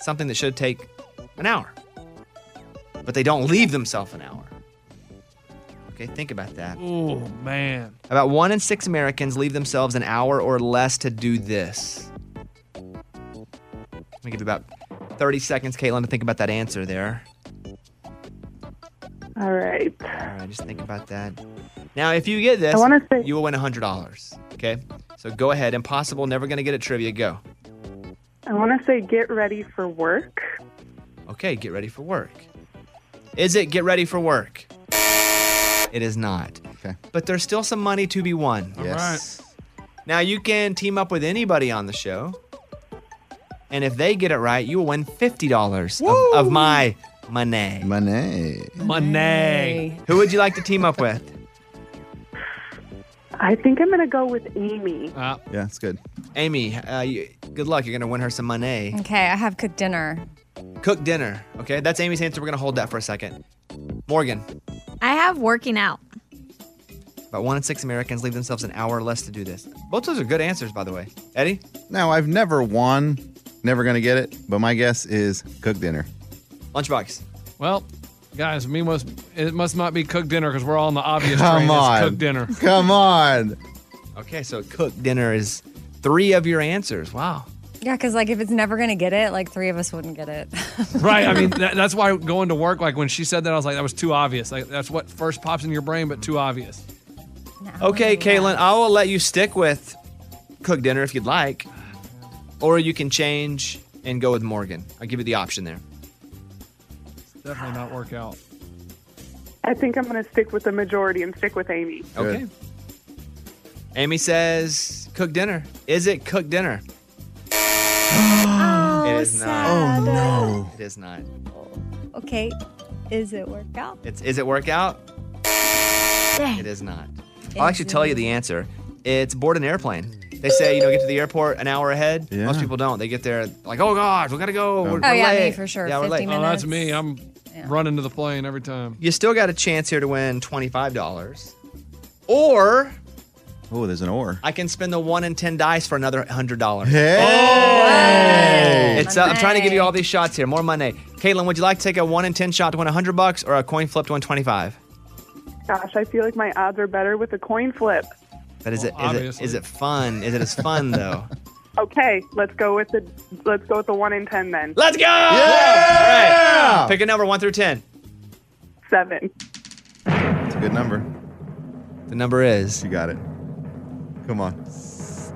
Speaker 1: Something that should take an hour. But they don't leave themselves an hour. Okay, think about that.
Speaker 3: Oh, man.
Speaker 1: About one in six Americans leave themselves an hour or less to do this. Let me give you about 30 seconds, Caitlin, to think about that answer there.
Speaker 15: All right.
Speaker 1: All right, just think about that. Now, if you get this,
Speaker 15: I wanna say-
Speaker 1: you will win $100. Okay? So go ahead. Impossible, never going to get it trivia. Go.
Speaker 15: I want to say get ready for work.
Speaker 1: Okay, get ready for work. Is it get ready for work? It is not. Okay. But there's still some money to be won.
Speaker 3: Yes.
Speaker 1: Now you can team up with anybody on the show. And if they get it right, you will win $50 of, of my money. Money.
Speaker 3: Money.
Speaker 1: Who would you like to team up with?
Speaker 15: I think I'm going to go with Amy.
Speaker 1: yeah, that's good. Amy, uh, you, good luck. You're going to win her some money.
Speaker 2: Okay, I have cooked dinner.
Speaker 1: Cook dinner. Okay, that's Amy's answer. We're going to hold that for a second. Morgan,
Speaker 5: I have working out.
Speaker 1: about one in six Americans leave themselves an hour or less to do this. Both those are good answers, by the way. Oh, Eddie?
Speaker 4: Now, I've never won, never gonna get it, but my guess is cook dinner.
Speaker 1: Lunchbox.
Speaker 3: Well, guys, me must it must not be cooked dinner because we're all on the obvious
Speaker 4: Come
Speaker 3: train.
Speaker 4: on.
Speaker 3: It's cooked dinner.
Speaker 4: Come on.
Speaker 1: Okay, so cook dinner is three of your answers. Wow.
Speaker 2: Yeah, because like if it's never gonna get it, like three of us wouldn't get it.
Speaker 3: right. I mean, that, that's why going to work. Like when she said that, I was like, that was too obvious. Like that's what first pops in your brain, but too obvious.
Speaker 4: Oh,
Speaker 1: Okay, Kaylin, I will let you stick with cook dinner if you'd like, or you can change and go with Morgan. I'll give you the option there.
Speaker 3: Definitely not work out.
Speaker 15: I think I'm going to stick with the majority and stick with Amy.
Speaker 1: Okay. Amy says cook dinner. Is it cook dinner? it is
Speaker 2: sad.
Speaker 1: not.
Speaker 2: Oh,
Speaker 1: It is not.
Speaker 2: okay, is it workout?
Speaker 1: It's is it workout? It is not. I'll actually tell you the answer. It's board an airplane. They say you know get to the airport an hour ahead. Most people don't. They get there like oh gosh we gotta go. We're,
Speaker 2: Oh,
Speaker 1: we're
Speaker 2: yeah, me
Speaker 1: late."
Speaker 2: for sure.
Speaker 1: Yeah, we're
Speaker 2: 50
Speaker 1: late.
Speaker 3: Oh, that's me. I'm running to the plane every time.
Speaker 1: You still got a chance here to win twenty five dollars, or
Speaker 4: Oh, there's an or.
Speaker 1: I can spend the one in ten dice for another hundred dollars.
Speaker 4: Hey!
Speaker 1: It's uh, I'm trying to give you all these shots here. More money. Caitlin, would you like to take a one in ten shot to win hundred bucks or a coin flip to win twenty five?
Speaker 15: Gosh, I feel like my odds are better with a coin flip.
Speaker 1: But is
Speaker 15: Well,
Speaker 1: it is it is it fun? Is it as fun though?
Speaker 15: Okay, let's go with the let's go with the one in ten then.
Speaker 1: Let's go! All right. Pick a number one through ten.
Speaker 15: Seven.
Speaker 1: It's a good number. The number is. You
Speaker 4: got it. Come on.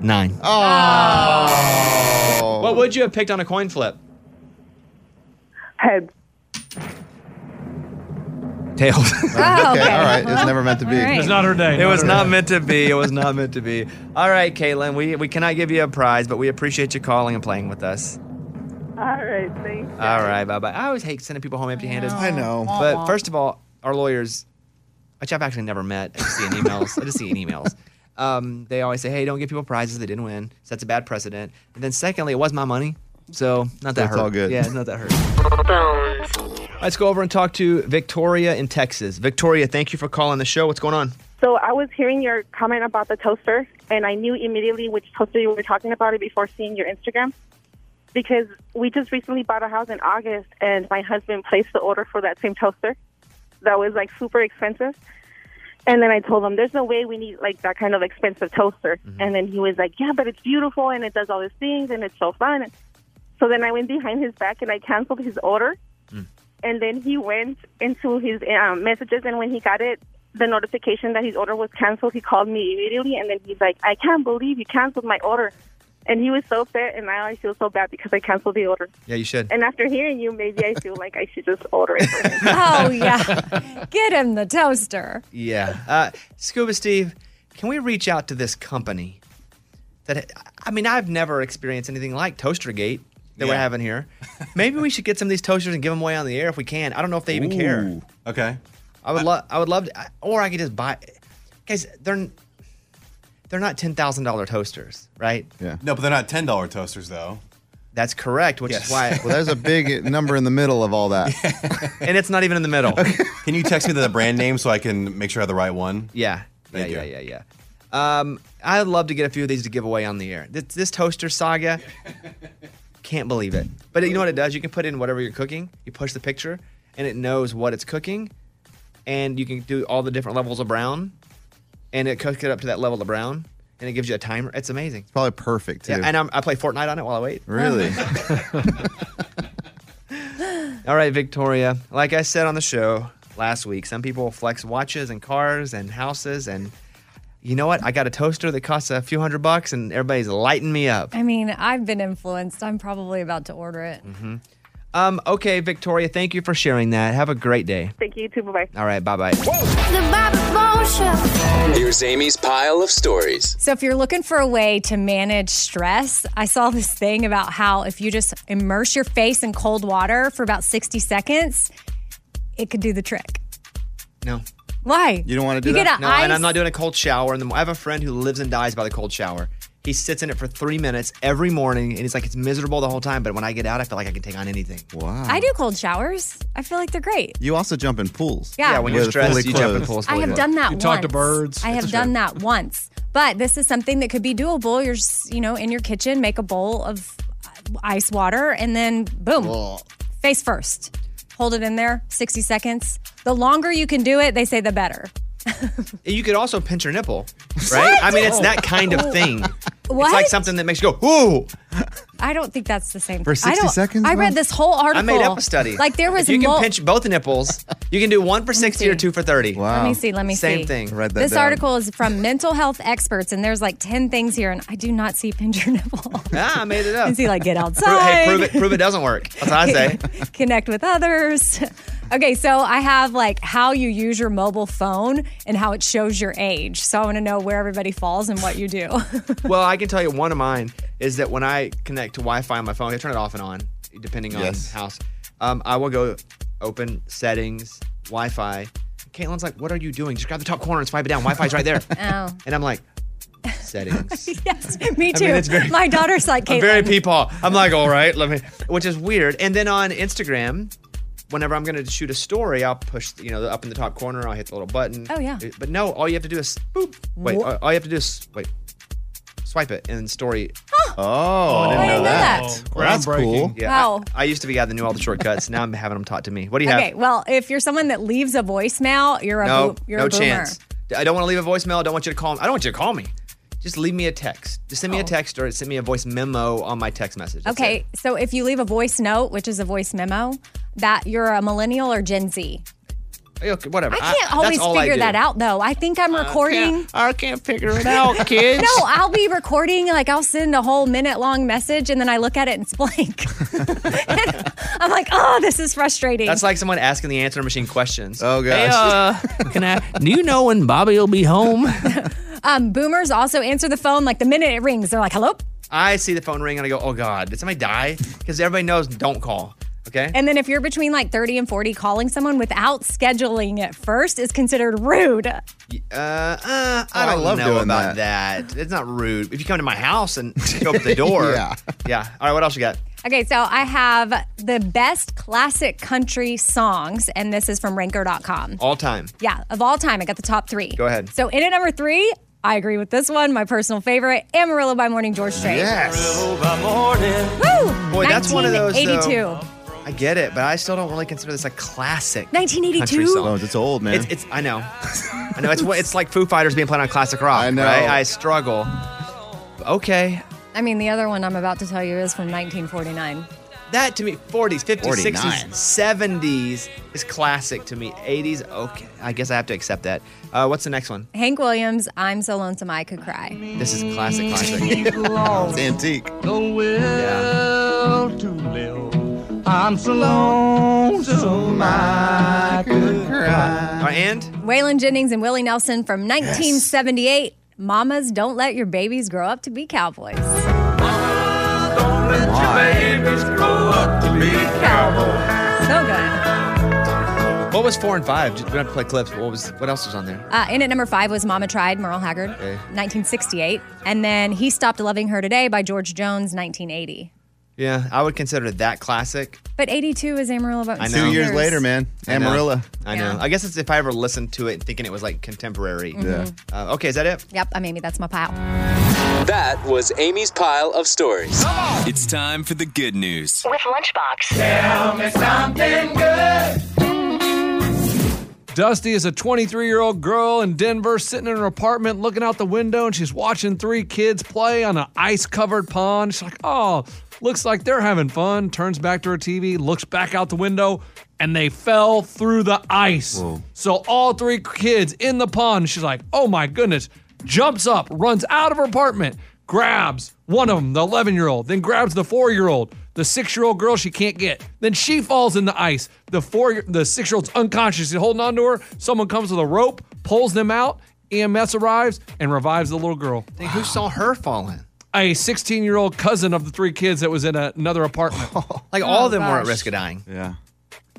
Speaker 1: Nine.
Speaker 4: Oh.
Speaker 1: What would you have picked on a coin flip?
Speaker 15: Heads.
Speaker 1: Tails.
Speaker 4: Oh, okay, okay. all right. It was never meant to be. All right. It's not her day,
Speaker 1: It
Speaker 4: not
Speaker 1: was
Speaker 4: her
Speaker 1: not
Speaker 4: day.
Speaker 1: meant to be. It was not meant to be. All right, Caitlin, we, we cannot give you a prize, but we appreciate you calling and playing with us.
Speaker 15: All right, thanks.
Speaker 1: All right, bye bye. I always hate sending people home empty handed.
Speaker 4: I know.
Speaker 1: But first of all, our lawyers, which I've actually never met. I just see in emails. I just see in emails. Um, they always say, "Hey, don't give people prizes they didn't win." So that's a bad precedent. And then secondly, it was my money, so not that
Speaker 4: That's
Speaker 1: hurt.
Speaker 4: all good.
Speaker 1: Yeah, it's not that hurt. Let's go over and talk to Victoria in Texas. Victoria, thank you for calling the show. What's going on?
Speaker 17: So I was hearing your comment about the toaster, and I knew immediately which toaster you were talking about it before seeing your Instagram. Because we just recently bought a house in August, and my husband placed the order for that same toaster that was like super expensive. And then I told him, "There's no way we need like that kind of expensive toaster." And then he was like, "Yeah, but it's beautiful, and it does all these things, and it's so fun." So then I went behind his back and I canceled his order. And then he went into his um, messages, and when he got it, the notification that his order was canceled, he called me immediately, and then he's like, "I can't believe you canceled my order." And he was so upset, and now I feel so bad because I canceled the order.
Speaker 1: Yeah, you should.
Speaker 17: And after hearing you, maybe I feel like I should just order it. for him.
Speaker 2: oh yeah, get him the toaster.
Speaker 1: Yeah. Uh, Scuba Steve, can we reach out to this company? That I mean, I've never experienced anything like Toastergate that we're
Speaker 16: Yeah.
Speaker 1: having here. Maybe we should get some of these toasters and give them away on the air if we can. I don't know if they even care.
Speaker 16: Ooh, Okay.
Speaker 1: I would love. I would love to, I- or I could just buy. Guys, they're n- they're not ten thousand dollar toasters, right?
Speaker 4: Yeah.
Speaker 16: No, but they're not ten dollar toasters though.
Speaker 1: That's correct. Which is why.
Speaker 4: well, there's a big number in the middle of all that.
Speaker 1: and it's not even in the middle.
Speaker 16: Can you text me the brand name so I can make sure I have the right one?
Speaker 1: Yeah.
Speaker 16: Thank
Speaker 1: yeah,
Speaker 16: you.
Speaker 1: yeah, yeah, yeah. Um, I'd love to get a few of these to give away on the air. This, this toaster saga, can't believe it. But you know what it does? You can put in whatever you're cooking. You push the picture, and it knows what it's cooking, and you can do all the different levels of brown, and it cooks it up to that level of brown, and it gives you a timer. It's amazing.
Speaker 4: Probably perfect too.
Speaker 1: Yeah, and I'm, I play Fortnite on it while I wait.
Speaker 4: Really?
Speaker 1: All right, Victoria. Like I said on the show last week, some people flex watches and cars and houses. And you know what? I got a toaster that costs a few hundred bucks, and everybody's lighting me up.
Speaker 2: I mean, I've been influenced. I'm probably about to order it.
Speaker 4: Mm-hmm.
Speaker 1: hmm Um, okay, Victoria, thank you for sharing that. Have a great day.
Speaker 17: Thank you. Too. Bye bye.
Speaker 1: All right, bye bye.
Speaker 13: Here's Amy's pile of stories.
Speaker 2: So, if you're looking for a way to manage stress, I saw this thing about how if you just immerse your face in cold water for about 60 seconds, it could do the trick.
Speaker 1: No.
Speaker 2: Why?
Speaker 1: You don't want
Speaker 2: do You that? get a
Speaker 1: No,
Speaker 2: ice-
Speaker 1: and I'm not doing a cold shower. In the, mo- I have a friend who lives and dies by the cold shower. He sits in it for three minutes every morning, and he's like, it's miserable the whole time. But when I get out, I feel like I can take on anything.
Speaker 4: Wow.
Speaker 2: I do cold showers. I feel like they're great.
Speaker 4: You also jump in pools.
Speaker 2: Yeah. Yeah, when
Speaker 1: you're
Speaker 4: With
Speaker 1: stressed,
Speaker 4: fully
Speaker 1: you jump in
Speaker 4: clothed.
Speaker 1: pools
Speaker 2: I have done that once. I have
Speaker 4: That's
Speaker 2: done
Speaker 4: right.
Speaker 2: that once. But this is something that could be doable. You're just, you know, in your kitchen, make a bowl of ice water and then boom. Face first. Hold it in there, 60 seconds. The longer you can do it, they say the better.
Speaker 1: And You could also pinch your nipple, right? I mean, it's that kind of thing.
Speaker 2: What?
Speaker 1: It's like something that makes you go, ooh.
Speaker 2: I don't think that's the same.
Speaker 1: For
Speaker 2: I
Speaker 1: 60
Speaker 2: don't-
Speaker 1: seconds,
Speaker 2: I read
Speaker 1: Mom?
Speaker 2: this whole article.
Speaker 1: I made up a study.
Speaker 2: Like there was
Speaker 1: If you can
Speaker 2: mul-
Speaker 1: pinch both nipples. You can do one for 60 or two for 30. Wow.
Speaker 2: Let me see, let me see.
Speaker 1: Oh, Same thing.
Speaker 2: this article is from mental health experts, and there's like 10 things here, and I do not see pinch your nipple.
Speaker 1: Ah, I made it up.
Speaker 2: And see, like, get
Speaker 1: Pro- Hey,
Speaker 2: outside.
Speaker 1: prove it, prove it doesn't work. That's what I say.
Speaker 2: connect with others. Okay, so I have like how you use your mobile phone and how it shows your age. So I want to know where everybody falls and what you do.
Speaker 1: Oh, well, I can tell you one of mine is that when I connect to Wi-Fi on my phone, I turn it off and on depending on
Speaker 4: Yes.
Speaker 1: house. Um, I will go open settings, Wi-Fi. Caitlin's like, "What are you doing? Just grab the top corner and swipe it down. Wi-Fi's right there."
Speaker 2: oh.
Speaker 1: And I'm like, "Settings."
Speaker 2: yes, me
Speaker 1: I
Speaker 2: too.
Speaker 1: mean, it's very-
Speaker 2: My daughter's like,
Speaker 1: I'm
Speaker 2: Caitlin.
Speaker 1: very peepaw. I'm like, all right, let me, which is weird. And then on Instagram, whenever I'm going to shoot a story, I'll push, you know, up in the top corner, I'll hit the little button. Uh,
Speaker 2: Oh, yeah.
Speaker 1: But no, all you have to do is boop. Wait,
Speaker 2: Wha-
Speaker 1: all you have to do is wait, swipe it and story.
Speaker 4: Oh,
Speaker 1: I
Speaker 2: didn't know that.
Speaker 4: Well, that's cool.
Speaker 1: Yeah,
Speaker 2: Wow.
Speaker 1: I, I used to be a guy that knew all the shortcuts. now I'm having them taught to me. What do you
Speaker 2: okay,
Speaker 1: have?
Speaker 2: well, if you're someone that leaves a voicemail, you're a
Speaker 1: no,
Speaker 2: boo- you're
Speaker 1: no
Speaker 2: a boomer.
Speaker 1: chance. I don't want to leave a voicemail. I don't want you to call. I don't want you to call me. Just leave me a text. Just send me
Speaker 2: Oh.
Speaker 1: a text or send me a voice memo on my text message. That's
Speaker 2: Okay, so if you leave a voice note, which is a voice memo, that you're a millennial or Gen Z.
Speaker 1: it. Okay, whatever.
Speaker 2: I can't
Speaker 1: that's
Speaker 2: always
Speaker 1: all I
Speaker 2: figure
Speaker 1: do.
Speaker 2: that out though. I think I'm recording.
Speaker 1: I can't, figure it out, kids.
Speaker 2: no, I'll be recording. Like I'll send a whole minute long message, and then I look at it and it's blank. I'm like, oh, this is frustrating.
Speaker 1: That's like someone asking the answer machine questions. Oh
Speaker 2: gosh.
Speaker 1: can I? Do you know when Bobby will be home?
Speaker 2: um, boomers also answer the phone like the minute it rings. They're like, hello.
Speaker 1: I see the phone ring and I go, oh god, did somebody die? Because everybody knows don't call. Okay.
Speaker 2: And then if you're between like 30 and 40, calling someone without scheduling it first is considered rude. Eh.
Speaker 1: Uh, uh, I
Speaker 2: Oh, I
Speaker 1: don't
Speaker 2: love
Speaker 1: know
Speaker 2: doing
Speaker 1: about that. It's not rude. If you come to my house and you open the door,
Speaker 2: Yeah.
Speaker 1: yeah. All right, what else you got?
Speaker 2: Okay, so I have the best classic country songs, and this is from ranker.com.
Speaker 1: All time.
Speaker 2: Yeah, of all time, I got the top three.
Speaker 1: Go ahead.
Speaker 2: So in at number three, I agree with this one, my personal favorite, Amarillo by Morning George Strait.
Speaker 1: Yes. Morning.
Speaker 2: Woo!
Speaker 1: Boy, that's one of those. um, though.
Speaker 2: 1982.
Speaker 1: I get it, but I still don't really consider this a classic.
Speaker 2: 1982?
Speaker 1: No,
Speaker 4: Oh, it's old, man.
Speaker 1: It's, I know. I know. It's what it's like Foo Fighters being played on classic rock. I
Speaker 4: know.
Speaker 1: Right? I struggle. Okay.
Speaker 2: I mean, the other one I'm about to tell you is from 1949.
Speaker 1: That to me, 40s, 50s,
Speaker 2: 49.
Speaker 1: 60s, 70s is classic to me. 80s, okay. I guess I have to accept that. Uh, what's the next one?
Speaker 2: Hank Williams, I'm So Lonesome I Could Cry.
Speaker 1: This is classic, classic.
Speaker 2: It's
Speaker 1: antique.
Speaker 7: Will to live. I'm so lonesome I could cry.
Speaker 1: All right, and?
Speaker 2: Waylon Jennings and Willie Nelson from 1978. Mamas, don't let your babies grow up to be cowboys. So good.
Speaker 1: What was four and five? Just- We don't have to play clips, but what was what else was on there?
Speaker 2: Uh, in at number five was Mama Tried, Merle Haggard,
Speaker 1: Okay.
Speaker 2: 1968. And then He Stopped Loving Her Today by George Jones, 1980.
Speaker 1: Yeah, I would consider that classic.
Speaker 2: But 82 is Amarillo. But
Speaker 1: I know.
Speaker 4: man.
Speaker 1: I know.
Speaker 4: Amarillo.
Speaker 1: I know.
Speaker 2: Yeah.
Speaker 1: I guess it's if I ever listened to it thinking it was like contemporary.
Speaker 2: Yeah. Mhm.
Speaker 1: Uh, okay, is that it?
Speaker 2: Yep, I'm Amy. That's my pile.
Speaker 13: That was Amy's pile of stories. It's time for the good news.
Speaker 11: With Lunchbox.
Speaker 7: Tell me something good.
Speaker 3: Dusty is a 23 year old girl in Denver sitting in her apartment looking out the window and she's watching three kids play on an ice covered pond. She's like, oh, looks like they're having fun. Turns back to her TV, looks back out the window, and they fell through the ice. So all three kids in the pond. She's like, oh my goodness. Jumps up, runs out of her apartment, grabs one of them, the 11 year old, then grabs the four year old. The six year old girl she can't get. Then she falls in the ice. The four, the six year old's unconscious. He's holding on to her. Someone comes with a rope, pulls them out. EMS E arrives and revives the little girl.
Speaker 1: Who saw her falling?
Speaker 3: A 16 year old cousin of the three kids that was in a- another apartment.
Speaker 1: Like
Speaker 3: Oh,
Speaker 1: all of them were at risk of dying.
Speaker 4: Yeah.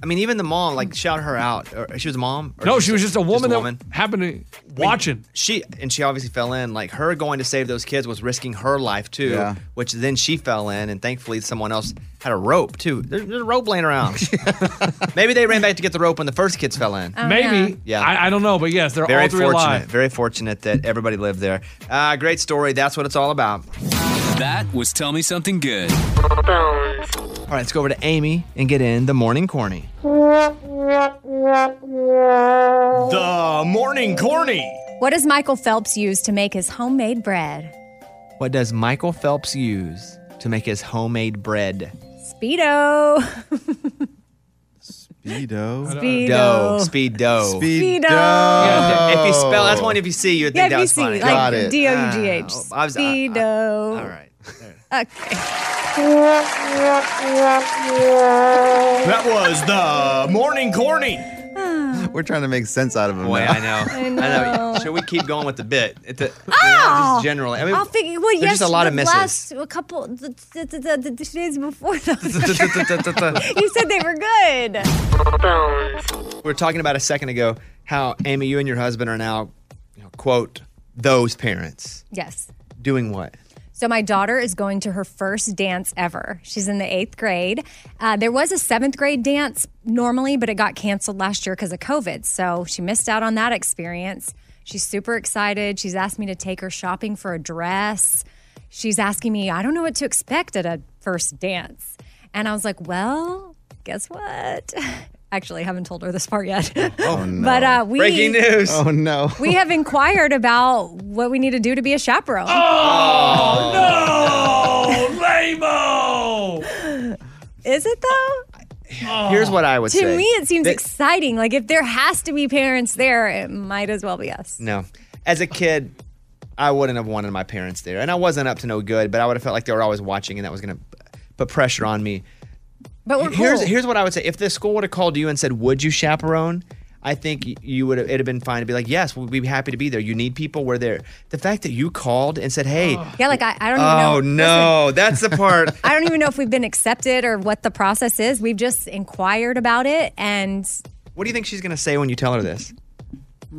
Speaker 1: I mean, even the mom, like, shout her out. Or, she was a mom? Or
Speaker 3: No, she was just a woman that happened
Speaker 1: to
Speaker 3: watching.
Speaker 1: she and she obviously fell in. Like her going to save those kids was risking her life too.
Speaker 4: Yeah.
Speaker 1: Which then she fell in, and thankfully someone else had a rope too. There- There's a rope laying around. Maybe they ran back to get the rope when the first kids fell in.
Speaker 3: Oh, Maybe.
Speaker 1: Yeah.
Speaker 3: I, I don't know, but yes, they're
Speaker 1: Very
Speaker 3: all three
Speaker 1: fortunate.
Speaker 3: alive.
Speaker 1: Very fortunate that everybody lived there. Uh, great story. That's what it's all about.
Speaker 13: That was Tell Me Something Good.
Speaker 1: All right, let's go over to Amy and get in the morning corny.
Speaker 2: The
Speaker 1: morning corny.
Speaker 2: What does Michael Phelps use to make his homemade bread?
Speaker 1: What does Michael Phelps use to make his homemade bread?
Speaker 2: Speedo.
Speaker 1: Speedo.
Speaker 2: Speedo.
Speaker 1: Dough. Speedo.
Speaker 2: Speedo. Speedo.
Speaker 1: Yeah, If you spell, that's one. If you see, you would
Speaker 2: Yeah, if
Speaker 1: think that
Speaker 2: you
Speaker 1: was
Speaker 2: see,
Speaker 1: funny.
Speaker 2: like D O U G H.
Speaker 1: Ah, I was- I- I-
Speaker 2: Speedo. all
Speaker 1: right.
Speaker 2: Okay.
Speaker 16: That was the morning corny.
Speaker 2: Oh.
Speaker 4: We're trying to make sense out of him.
Speaker 1: Boy,
Speaker 4: now.
Speaker 1: I know.
Speaker 2: I know.
Speaker 1: Should we keep going with the bit? It, the,
Speaker 2: Oh,
Speaker 1: just generally. I mean,
Speaker 2: I'll figure. Well,
Speaker 1: there's
Speaker 2: yes,
Speaker 1: just a lot
Speaker 2: the
Speaker 1: of misses.
Speaker 2: Last, a couple the, the, the, the, the days before those,
Speaker 1: we
Speaker 2: you said they were good.
Speaker 1: were talking about a second ago how Amy, you and your husband are now, you know, quote, those parents
Speaker 2: Yes.
Speaker 1: doing what?
Speaker 2: So my daughter is going to her first dance ever. She's in the eighth grade. Uh, there was a seventh grade dance normally, but it got canceled last year because of COVID. So she missed out on that experience. She's super excited. She's asked me to take her shopping for a dress. She's asking me, I don't know what to expect at a first dance. And I was like, well, guess what? Actually, I haven't told her this part yet.
Speaker 4: Oh, no.
Speaker 2: But uh, we
Speaker 4: Oh, no.
Speaker 2: we have inquired about what we need to do to be a chaperone.
Speaker 4: Oh!
Speaker 7: Oh, no!
Speaker 2: Is it though?
Speaker 1: Here's what I would
Speaker 2: to
Speaker 1: say.
Speaker 2: me, it seems
Speaker 1: That-
Speaker 2: exciting. Like if there has to be parents there, it might as well be us.
Speaker 1: No. As a kid, I wouldn't have wanted my parents there. And I wasn't up to no good, but I would have felt like they were always watching and that was going to put pressure on me.
Speaker 2: But we're
Speaker 1: Here's
Speaker 2: cool.
Speaker 1: here's what I would say. If the school would have called you and said, "Would you chaperone?" I think y- you would have, it'd have been fine to be like, yes, we'd be happy to be there. You need people, we're there. The fact that you called and said, hey,
Speaker 2: Yeah, like I, I don't
Speaker 1: oh
Speaker 2: even know.
Speaker 1: no, that's the part.
Speaker 2: I don't even know if we've been accepted or what the process is. We've just inquired about it, and
Speaker 1: What do you think she's gonna say when you tell her this?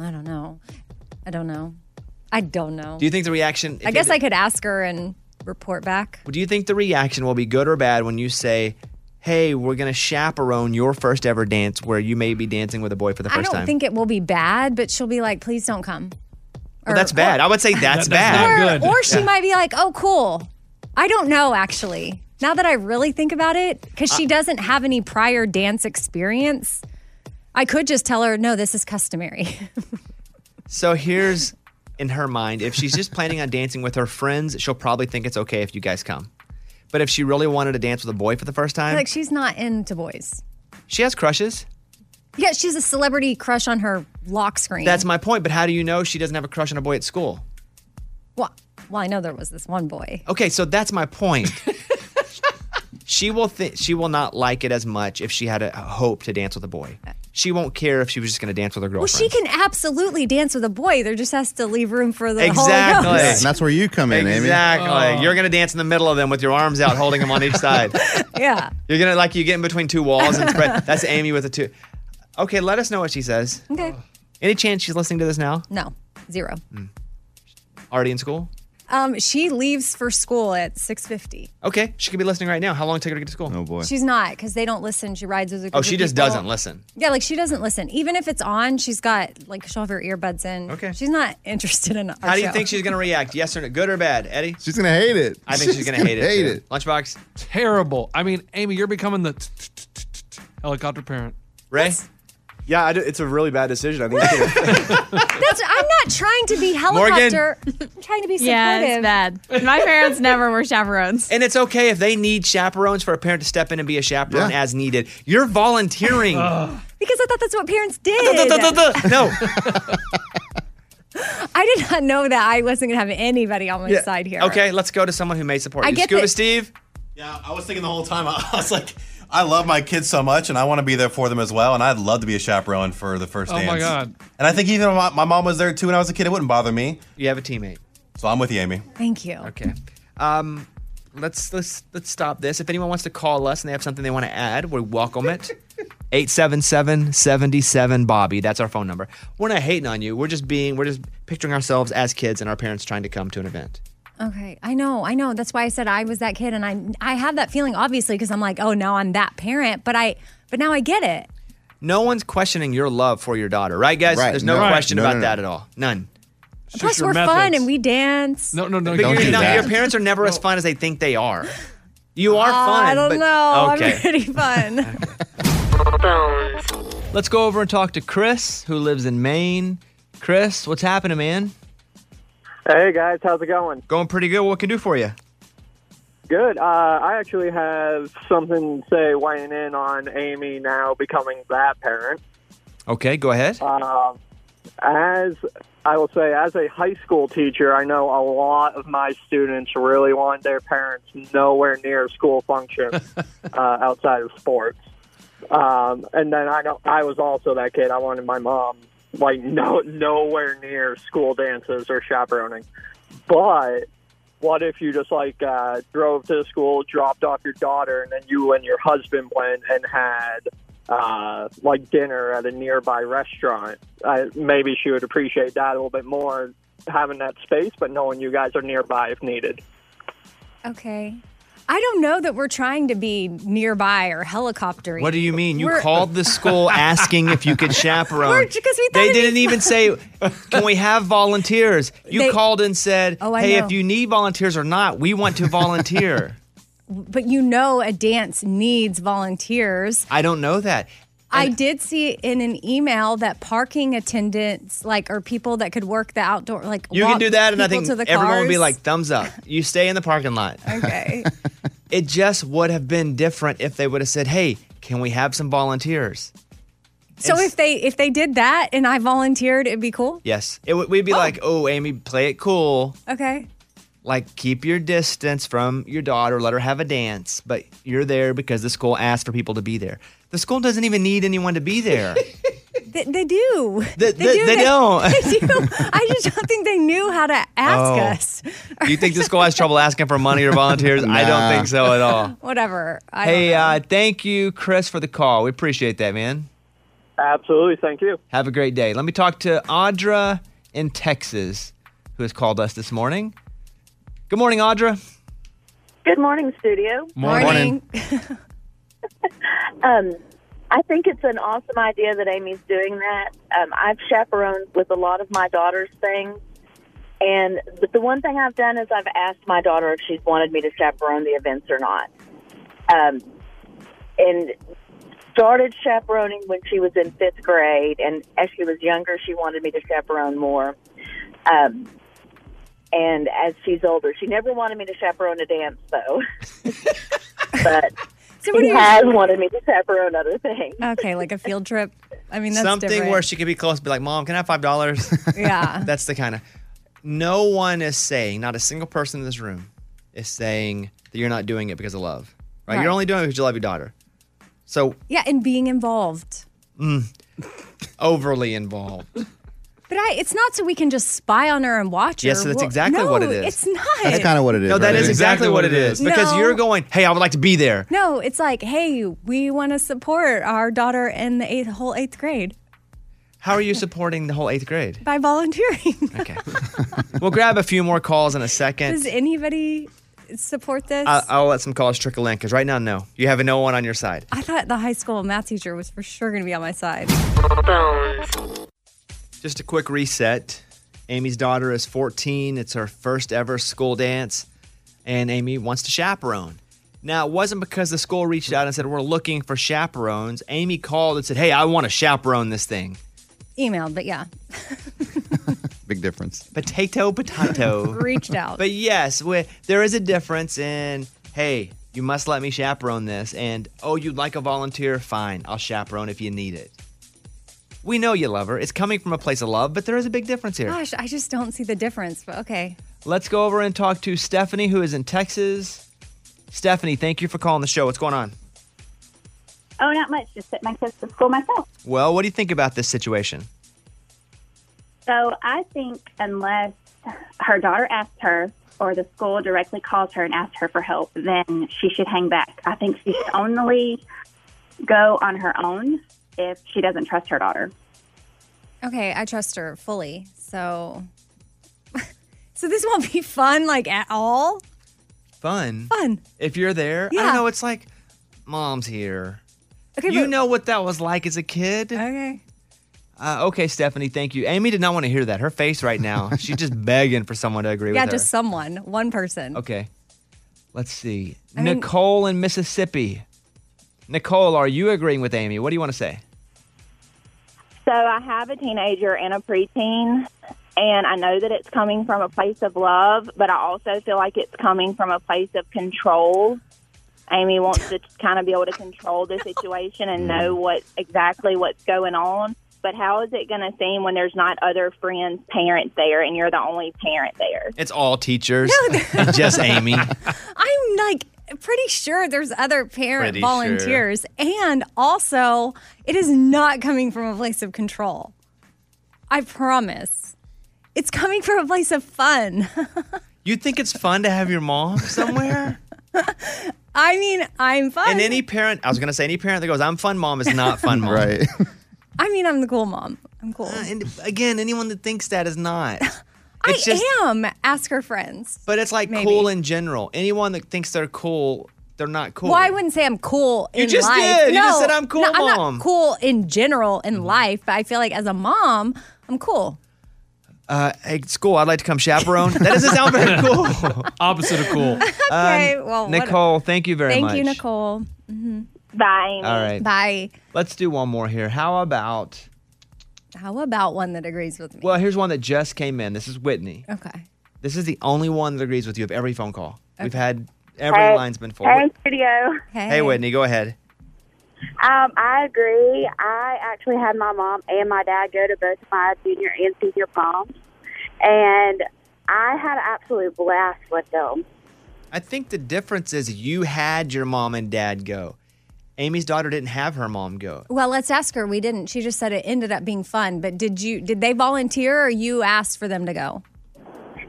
Speaker 2: I don't know. I don't know. I don't know.
Speaker 1: Do you think the reaction? if
Speaker 2: I guess
Speaker 1: it-
Speaker 2: I could ask her and report back.
Speaker 1: Do you think the reaction will be good or bad when you say, "Hey, we're gonna chaperone your first ever dance where you may be dancing with a boy for the
Speaker 2: I
Speaker 1: first
Speaker 2: don't
Speaker 1: time"?
Speaker 2: think it will be bad, but she'll be like, "Please don't come."
Speaker 1: Well, that's bad. I would say that's,
Speaker 3: that's
Speaker 1: bad.
Speaker 2: Or she
Speaker 1: Yeah.
Speaker 2: might be like, "Oh, cool." I don't know actually. Now that I really think about it, because
Speaker 1: Uh,
Speaker 2: she doesn't have any prior dance experience, I could just tell her, "No, this is customary."
Speaker 1: So here's in her mind, if she's just planning on dancing with her friends, she'll probably think it's okay if you guys come. But if she really wanted to dance with a boy for the first time,
Speaker 2: like she's not into boys.
Speaker 1: she has crushes.
Speaker 2: Yeah, she's a celebrity crush on her lock screen.
Speaker 1: That's my point. But how do you know she doesn't have a crush on a boy at school?
Speaker 2: well, well, I know there was this one boy.
Speaker 1: Okay, so that's my point. she will think she will not like it as much if she had a a hope to dance with a boy. She won't care if she was just going to dance with her
Speaker 2: Well,
Speaker 1: girlfriend.
Speaker 2: she can absolutely dance with a boy. There just has to leave room for the
Speaker 1: exactly.
Speaker 2: Holy Ghost.
Speaker 1: that's
Speaker 4: where you come in,
Speaker 1: exactly.
Speaker 4: Amy.
Speaker 2: Oh.
Speaker 1: Exactly. You're going to dance in the middle of them with your arms out, holding them on each side.
Speaker 2: Yeah.
Speaker 1: You're going to like you get in between two walls and spread. That's Amy with a two. Okay, let us know what she says.
Speaker 2: Okay.
Speaker 1: Any chance she's listening to this now?
Speaker 2: No, zero.
Speaker 1: Already in school?
Speaker 2: Um, she leaves for school at six fifty.
Speaker 1: Okay, she could be listening right now. How long did it take her to get to school? Oh boy.
Speaker 2: She's not because they don't listen. She rides with a group
Speaker 1: Oh, she
Speaker 2: of
Speaker 1: just
Speaker 2: people.
Speaker 1: doesn't listen.
Speaker 2: Yeah, like she doesn't listen. Even if it's on, she's got like she'll have her earbuds in. Okay. She's not interested in. Our
Speaker 1: How do you
Speaker 2: show.
Speaker 1: think she's going to react? Yes or no? Good or bad, Eddie?
Speaker 4: She's gonna hate it.
Speaker 1: I think she's, gonna, hate, it, too. Lunchbox.
Speaker 3: Terrible. I mean, Amy, you're becoming the t- t- t- t- t- helicopter parent.
Speaker 1: Ray?
Speaker 6: Yeah, I d- it's a really bad decision. I think.
Speaker 2: That's. I'm not trying to be
Speaker 6: Morgan.
Speaker 2: helicopter. I'm trying to be supportive.
Speaker 5: Yeah, it's
Speaker 2: bad.
Speaker 5: My parents never were chaperones.
Speaker 1: And it's okay if they need chaperones for a parent to step in and be a chaperone as needed. You're volunteering.
Speaker 2: Because I thought that's what parents
Speaker 1: Duh,
Speaker 2: did.
Speaker 1: duh, duh, duh, duh. no.
Speaker 2: I did not know that I wasn't gonna have anybody on my
Speaker 1: Yeah.
Speaker 2: side here.
Speaker 1: Okay, let's go to someone who may support
Speaker 2: I
Speaker 1: you.
Speaker 2: get
Speaker 1: Scuba
Speaker 2: that-
Speaker 1: Steve.
Speaker 16: Yeah, I was thinking the whole time. I was like, I love my kids so much, and I want to be there for them as well. And I'd love to be a chaperone for the first
Speaker 3: Oh my
Speaker 16: dance.
Speaker 3: God.
Speaker 16: And I think even my, my mom was there too when I was a kid. It wouldn't bother me.
Speaker 1: You have a teammate.
Speaker 16: So I'm with you, Amy.
Speaker 2: Thank you.
Speaker 1: Okay. Um, let's let's let's stop this. If anyone wants to call us and they have something they want to add, we welcome it. 877-77 Bobby. That's our phone number. We're not hating on you. We're just being we're just picturing ourselves as kids and our parents trying to come to an event.
Speaker 2: Okay, I know, I know. That's why I said I was that kid, and I I have that feeling obviously because I'm like, oh, now I'm that parent, but I but now I get it.
Speaker 1: No one's questioning your love for your daughter, right guys?
Speaker 3: Right.
Speaker 1: There's no,
Speaker 3: No.
Speaker 1: question
Speaker 3: No, no,
Speaker 1: about
Speaker 3: no.
Speaker 1: that at all. None.
Speaker 2: Plus, we're fun and we dance.
Speaker 3: No, no, no.
Speaker 1: But
Speaker 3: don't
Speaker 1: you're
Speaker 3: do
Speaker 1: not-
Speaker 3: that.
Speaker 1: your parents are never as fun as they think they are. You are
Speaker 2: Ah,
Speaker 1: fun.
Speaker 2: I don't
Speaker 1: but-
Speaker 2: know.
Speaker 1: Okay.
Speaker 2: I'm pretty fun.
Speaker 1: Let's go over and talk to Chris, who lives in Maine. Chris, what's happening, man?
Speaker 12: Hey guys, how's it going?
Speaker 1: Going pretty good. What can I do for you?
Speaker 12: Good. Uh, I actually have something to say weighing in on Amy now becoming that parent.
Speaker 1: Okay, go ahead.
Speaker 12: Um, as I will say, as a high school teacher, I know a lot of my students really want their parents nowhere near school function uh, outside of sports. Um, and then I know I was also that kid. I wanted my mom like no nowhere near school dances or chaperoning. But what if you just like uh, drove to school, dropped off your daughter, and then you and your husband went and had uh, like dinner at a nearby restaurant? Uh, maybe she would appreciate that a little bit more, having that space, but knowing you guys are nearby if needed.
Speaker 2: okay, I don't know that we're trying to be nearby or helicoptering.
Speaker 1: What do you mean? You
Speaker 2: We're-
Speaker 1: called the school asking if you could chaperone.
Speaker 2: We're- 'cause we thought
Speaker 1: they
Speaker 2: it'd be
Speaker 1: didn't even say, "Can we have volunteers?" You
Speaker 2: They-
Speaker 1: called and said,
Speaker 2: Oh, I
Speaker 1: "Hey,
Speaker 2: know.
Speaker 1: if you need volunteers or not, we want to volunteer."
Speaker 2: But you know, a dance needs volunteers.
Speaker 1: I don't know that.
Speaker 2: I did see in an email that parking attendants, like, or people that could work the outdoor, like,
Speaker 1: You
Speaker 2: walk
Speaker 1: can do that, and I
Speaker 2: people
Speaker 1: think
Speaker 2: to the
Speaker 1: everyone will be
Speaker 2: cars.
Speaker 1: like, thumbs up. You stay in the parking lot.
Speaker 2: Okay.
Speaker 1: it just would have been different if they would have said, hey, can we have some volunteers?
Speaker 2: So if they if they did that and I volunteered, it'd be cool.
Speaker 1: Yes. It would, we'd be like, oh, Amy, play it cool.
Speaker 2: Okay.
Speaker 1: Like, keep your distance from your daughter, let her have a dance, but you're there because the school asked for people to be there. The school doesn't even need anyone to be there.
Speaker 2: They, they do.
Speaker 1: They- they- they don't.
Speaker 2: They do. I just don't think they knew how to ask
Speaker 1: Oh.
Speaker 2: us.
Speaker 1: Do you think this school has trouble asking for money or volunteers? I
Speaker 2: Nah.
Speaker 1: don't think so at all.
Speaker 2: Whatever. I
Speaker 1: hey,
Speaker 2: don't know.
Speaker 1: uh, thank you, Chris, for the call. We appreciate that, man.
Speaker 12: Absolutely. Thank you.
Speaker 1: Have a great day. Let me talk to Audra in Texas, who has called us this morning. Good morning, Audra.
Speaker 18: Good morning, studio.
Speaker 1: Morning.
Speaker 18: Um, I think it's an awesome idea that Amy's doing that. Um, I've chaperoned with a lot of my daughter's things, and but the one thing I've done is I've asked my daughter if she's wanted me to chaperone the events or not, um, and started chaperoning when she was in fifth grade. And as she was younger, she wanted me to chaperone more. Um, and as she's older, she never wanted me to chaperone a dance, though. but
Speaker 2: So what
Speaker 18: she
Speaker 2: do you-
Speaker 18: has wanted me to chaperone other things.
Speaker 2: Okay, like a field trip. I mean, that's
Speaker 1: Something
Speaker 2: different.
Speaker 1: where she could be close, be like, "Mom, can I have five dollars?"
Speaker 2: Yeah.
Speaker 1: that's the kind of. No one is saying, not a single person in this room, is saying that you're not doing it because of love. Right?
Speaker 2: Right.
Speaker 1: You're only doing it because you love your daughter. So
Speaker 2: Yeah, and being involved.
Speaker 1: mm, overly involved.
Speaker 2: But I, it's not so we can just spy on her and watch her.
Speaker 1: Yes, that's
Speaker 2: Well,
Speaker 1: exactly what it
Speaker 2: no,
Speaker 1: is.
Speaker 2: It's not.
Speaker 1: No, that is
Speaker 4: That's
Speaker 1: exactly, what it is. Because
Speaker 2: No.
Speaker 1: you're going, hey, I would like to be there.
Speaker 2: No, it's like, hey, we want to support our daughter in the eighth, whole eighth grade
Speaker 1: How are you supporting the whole eighth grade?
Speaker 2: by volunteering.
Speaker 1: We'll grab a few more calls in a
Speaker 2: Does
Speaker 1: second.
Speaker 2: anybody support this?
Speaker 1: I, I'll let some calls trickle in because right now, no. You have no one on your side.
Speaker 2: I thought the high school math teacher was for sure going to be on my side.
Speaker 1: Just a quick reset. Amy's daughter is 14. It's her first ever school dance, and Amy wants to chaperone. Now, it wasn't because the school reached out and said, We're looking for chaperones. Amy called and said, Hey, I want to chaperone this thing.
Speaker 2: Emailed, but yeah,
Speaker 1: Big difference. Potato, potato.
Speaker 2: reached out.
Speaker 1: But yes, we, there is a difference in, hey, you must let me chaperone this, and oh, you'd like a volunteer? Fine, I'll chaperone if you need it. We know you love her. It's coming from a place of love, but there is a big difference here.
Speaker 2: Gosh, I just don't see the difference. But okay,
Speaker 1: Let's go over and talk to Stephanie, who is in Texas. Stephanie, thank you for calling the show. What's going on?
Speaker 19: Oh, not much. Just sent my kids to school myself.
Speaker 1: Well, what do you think about this situation?
Speaker 19: So I think unless her daughter asks her or the school directly calls her and asks her for help, then she should hang back. I think she should only go on her own if she doesn't trust her daughter.
Speaker 2: okay, I trust her fully. So, so this won't be fun like at all.
Speaker 1: Fun.
Speaker 2: Fun.
Speaker 1: If you're there, I
Speaker 2: Yeah.
Speaker 1: don't know. It's like, mom's here.
Speaker 2: Okay,
Speaker 1: you
Speaker 2: but-
Speaker 1: know what that was like as a kid.
Speaker 2: Okay.
Speaker 1: Uh, okay, Stephanie, thank you. Amy did not want to hear that. Her face right now, she's just begging for someone to agree
Speaker 2: Yeah,
Speaker 1: with her.
Speaker 2: just someone, one person.
Speaker 1: okay, let's see.
Speaker 2: I mean-
Speaker 1: Nicole in Mississippi. Nicole, are you agreeing with Amy? What do you want to say?
Speaker 19: So I have a teenager and a preteen, and I know that it's coming from a place of love, but I also feel like it's coming from a place of control. Amy wants to kind of be able to control the situation and
Speaker 1: Hmm.
Speaker 19: know what exactly what's going on. But how is it going to seem when there's not other friends, parents there, and you're the only parent there?
Speaker 1: It's all teachers, just Amy.
Speaker 2: I'm like pretty sure there's other parent
Speaker 1: Pretty
Speaker 2: volunteers, and also it is not coming from a place of control. I promise. It's coming from a place of fun.
Speaker 1: You think it's fun to have your mom somewhere?
Speaker 2: I mean, I'm fun.
Speaker 1: and any parent, I was going to say, any parent that goes, "I'm fun, mom," is not fun, mom. right?
Speaker 2: I mean, I'm the cool mom. I'm cool.
Speaker 1: Uh, and again, anyone that thinks that is not.
Speaker 2: I
Speaker 1: It's just-
Speaker 2: am. Ask her friends.
Speaker 1: But it's like cool in general. Anyone that thinks they're cool, they're not cool.
Speaker 2: Well, I wouldn't say I'm cool
Speaker 1: You
Speaker 2: in
Speaker 1: just
Speaker 2: life.
Speaker 1: did. You
Speaker 2: No,
Speaker 1: just said I'm cool,
Speaker 2: no, I'm
Speaker 1: Mom. Mm-hmm.
Speaker 2: not cool in general in life, but I feel like as a mom, I'm cool.
Speaker 1: uh, hey, school, I'd like to come chaperone. That doesn't sound very cool. Opposite of cool.
Speaker 2: Okay, well, what-
Speaker 1: Nicole, thank you very
Speaker 2: Thank
Speaker 1: much.
Speaker 2: you, Nicole. hmm
Speaker 19: Bye.
Speaker 1: All right.
Speaker 2: Bye.
Speaker 1: Let's do one more here. How about,
Speaker 2: How about one that agrees with me?
Speaker 1: well, here's one that just came in. This is Whitney.
Speaker 2: Okay.
Speaker 1: This is the only one that agrees with you of every phone call. We've had, every
Speaker 20: Hey.
Speaker 1: line's been full.
Speaker 20: Hey, studio.
Speaker 1: Hey, Whitney, go ahead.
Speaker 20: Um, I agree. I actually had my mom and my dad go to both my junior and senior proms, and I had an absolute blast with them.
Speaker 1: I think the difference is you had your mom and dad go. Amy's daughter didn't have her mom go.
Speaker 2: Well, let's ask her. We didn't. She just said it ended up being fun. But did you? Did they volunteer, or you asked for them to go?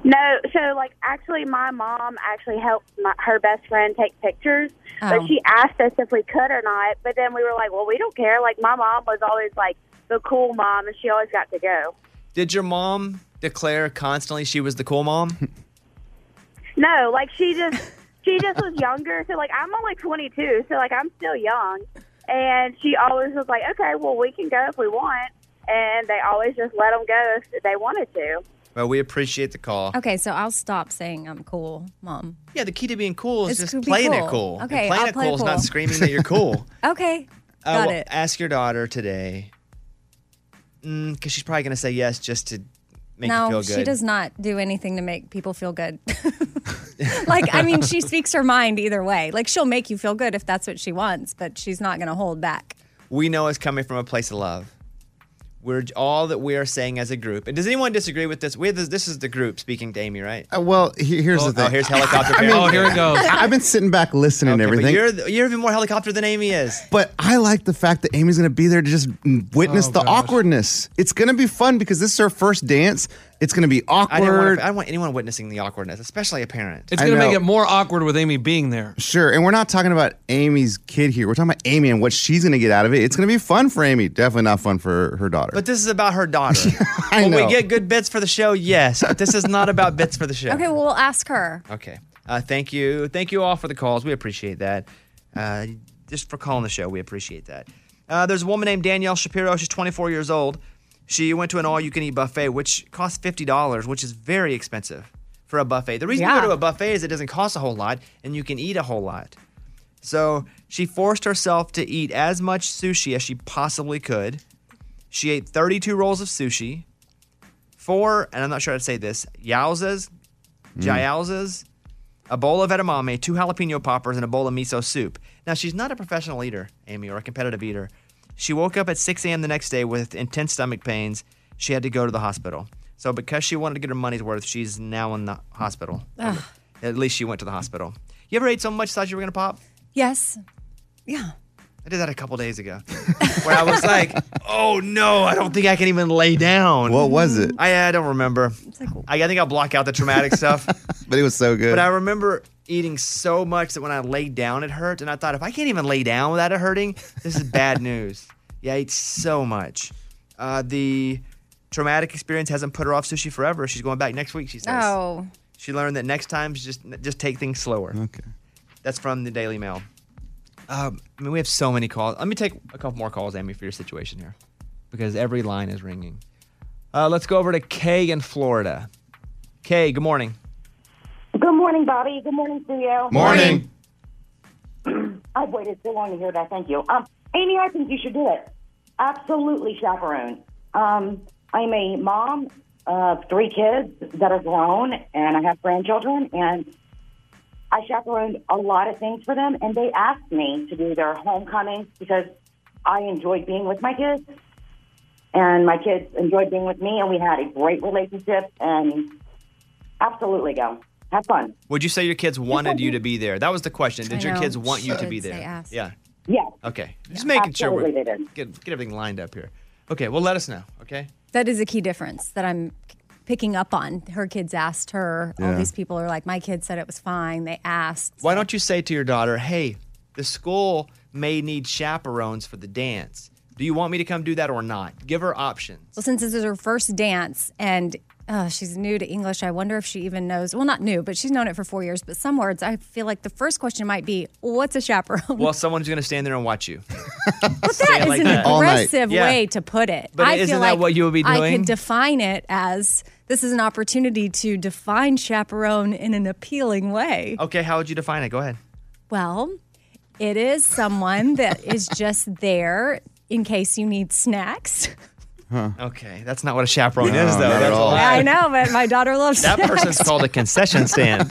Speaker 20: No, so like actually, my mom actually helped my, her best friend take pictures,
Speaker 2: Oh.
Speaker 20: but she asked us if we could or not. But then we were like, well, we don't care. Like my mom was always like the cool mom, and she always got to go.
Speaker 1: Did your mom declare constantly she was the cool mom?
Speaker 20: No, like she just she just was younger. So like I'm only 22, so like I'm still young, and she always was like, okay, well we can go if we want, and they always just let them go if they wanted to.
Speaker 1: well, we appreciate the call.
Speaker 2: Okay, so I'll stop saying I'm cool, mom.
Speaker 1: Yeah, the key to being cool
Speaker 2: is
Speaker 1: Just playing it cool. And
Speaker 2: Okay,
Speaker 1: playing
Speaker 2: I'll
Speaker 1: it
Speaker 2: play
Speaker 1: cool is not screaming that you're cool.
Speaker 2: Okay,
Speaker 1: Uh,
Speaker 2: got
Speaker 1: well,
Speaker 2: it.
Speaker 1: Ask your daughter today, because she's probably going to say yes just to make you
Speaker 2: no,
Speaker 1: feel good.
Speaker 2: she does not do anything to make people feel good. like, I mean, she speaks her mind either way. Like, she'll make you feel good if that's what she wants, but she's not going to hold back.
Speaker 1: We know it's coming from a place of love. We're all that we are saying as a group. And does anyone disagree with this? We this, this is the group speaking to Amy, right?
Speaker 4: Uh, well, he- here's
Speaker 1: Oh,
Speaker 4: the thing.
Speaker 1: oh, here's helicopter
Speaker 4: I mean,
Speaker 1: parents. Oh, here it goes.
Speaker 4: I- I've been sitting back listening to
Speaker 1: But
Speaker 4: everything.
Speaker 1: you're th- you're even more helicopter than Amy is.
Speaker 4: But I like the fact that Amy's going to be there to just witness the awkwardness. It's going to be fun because this is her first dance. It's going to be
Speaker 1: I didn't want
Speaker 4: awkward.
Speaker 1: I don't want anyone witnessing the awkwardness, especially a parent.
Speaker 4: It's I gonna make know. it
Speaker 3: more awkward with Amy being there.
Speaker 4: Sure. And we're not talking about Amy's kid here. We're talking about Amy and what she's going to get out of it. It's going to be fun for Amy. Definitely not fun for her daughter.
Speaker 1: But this is about her daughter.
Speaker 4: I
Speaker 1: Will
Speaker 4: know.
Speaker 1: we get good bits for the show? Yes. But this is not about bits for the show.
Speaker 2: Okay, well, we'll ask her.
Speaker 1: Okay. Uh, thank you. Thank you all for the calls. We appreciate that. Uh, just for calling the show, we appreciate that. Uh, there's a woman named Danielle Shapiro. She's 24 years old. She went to an all you can eat buffet, which costs $50, which is very expensive for a buffet. The reason you
Speaker 7: Yeah.
Speaker 1: go to a buffet is it doesn't cost a whole lot and you can eat a whole lot. So she forced herself to eat as much sushi as she possibly could. She ate 32 rolls of sushi, four, and I'm not sure how to say this, yaozas,
Speaker 7: Mm.
Speaker 1: Jialzas, a bowl of edamame, two jalapeno poppers, and a bowl of miso soup. Now, she's not a professional eater, Amy, or a competitive eater. She woke up at 6 a.m. the next day with intense stomach pains. She had to go to the hospital. So, because she wanted to get her money's worth, she's now in the hospital.
Speaker 2: Ugh.
Speaker 1: At least she went to the hospital. You ever ate so much thought you were going to pop?
Speaker 2: Yes. Yeah.
Speaker 1: I did that a couple days ago, where I was like, "Oh no, I don't think I can even lay down." What
Speaker 4: was it?
Speaker 1: I, I don't remember. I, I think I'll block out the traumatic stuff.
Speaker 4: but it was so good.
Speaker 1: But I remember eating so much that when I laid down, it hurt, and I thought, if I can't even lay down without it hurting, this is bad news. Yeah, I ate so much. Uh, the traumatic experience hasn't put her off sushi forever. She's going back next week. She says.
Speaker 2: Oh.
Speaker 1: She learned that next time, just just take things slower. Okay. That's from the Daily Mail. Um, I mean, we have so many calls. Let me take a couple more calls, Amy, for your situation here, because every line is ringing. Uh, let's go over to Kay in Florida. Kay, good morning.
Speaker 21: Good morning, Bobby. Good morning, studio.
Speaker 1: Morning.
Speaker 21: I've waited so long to hear that. Thank you. Um, Amy, I think you should do it. Absolutely chaperone. Um, I'm a mom of three kids that are grown, and I have grandchildren, and I chaperoned a lot of things for them, and they asked me to do their homecomings because I enjoyed being with my kids, and my kids enjoyed being with me, and we had a great relationship, and absolutely go. Have fun.
Speaker 1: Would you say your kids wanted you to be there? That was the question. Did
Speaker 21: I
Speaker 1: your
Speaker 21: know.
Speaker 1: kids want you to
Speaker 21: Should
Speaker 1: be
Speaker 21: they
Speaker 1: there?
Speaker 21: ask?
Speaker 1: Yeah.
Speaker 21: Yes.
Speaker 1: Okay. Just making sure we
Speaker 21: Absolutely
Speaker 1: get get everything lined up here. Okay. Well, let us know. Okay.
Speaker 2: That is a key difference that I'm picking up on. Her kids asked her.
Speaker 1: Yeah.
Speaker 2: All these people are like, my kid said it was fine. They asked.
Speaker 1: Why don't you say to your daughter, hey, the school may need chaperones for the dance. Do you want me to come do that or not? Give her options.
Speaker 2: Well, since this is her first dance and uh, she's new to English, I wonder if she even knows. Well, not new, but she's known it for four years. But some words, I feel like the first question might be, "What's a chaperone?"
Speaker 1: Well, someone's going to stand there and watch you.
Speaker 2: But that is an aggressive way to put it.
Speaker 1: But
Speaker 2: I
Speaker 1: isn't
Speaker 2: feel
Speaker 1: that
Speaker 2: like
Speaker 1: what you would be
Speaker 2: I
Speaker 1: doing?
Speaker 2: could define it as this is an opportunity to define chaperone in an appealing way.
Speaker 1: Okay, how would you define it? Go ahead.
Speaker 2: Well, it is someone that is just there in case you need snacks.
Speaker 1: Okay, that's not what a chaperone
Speaker 7: No,
Speaker 1: is, though.
Speaker 7: not at
Speaker 1: That's a
Speaker 7: all.
Speaker 1: lie.
Speaker 2: I know, but my daughter loves
Speaker 1: That
Speaker 2: snacks.
Speaker 1: person's called a concession stand.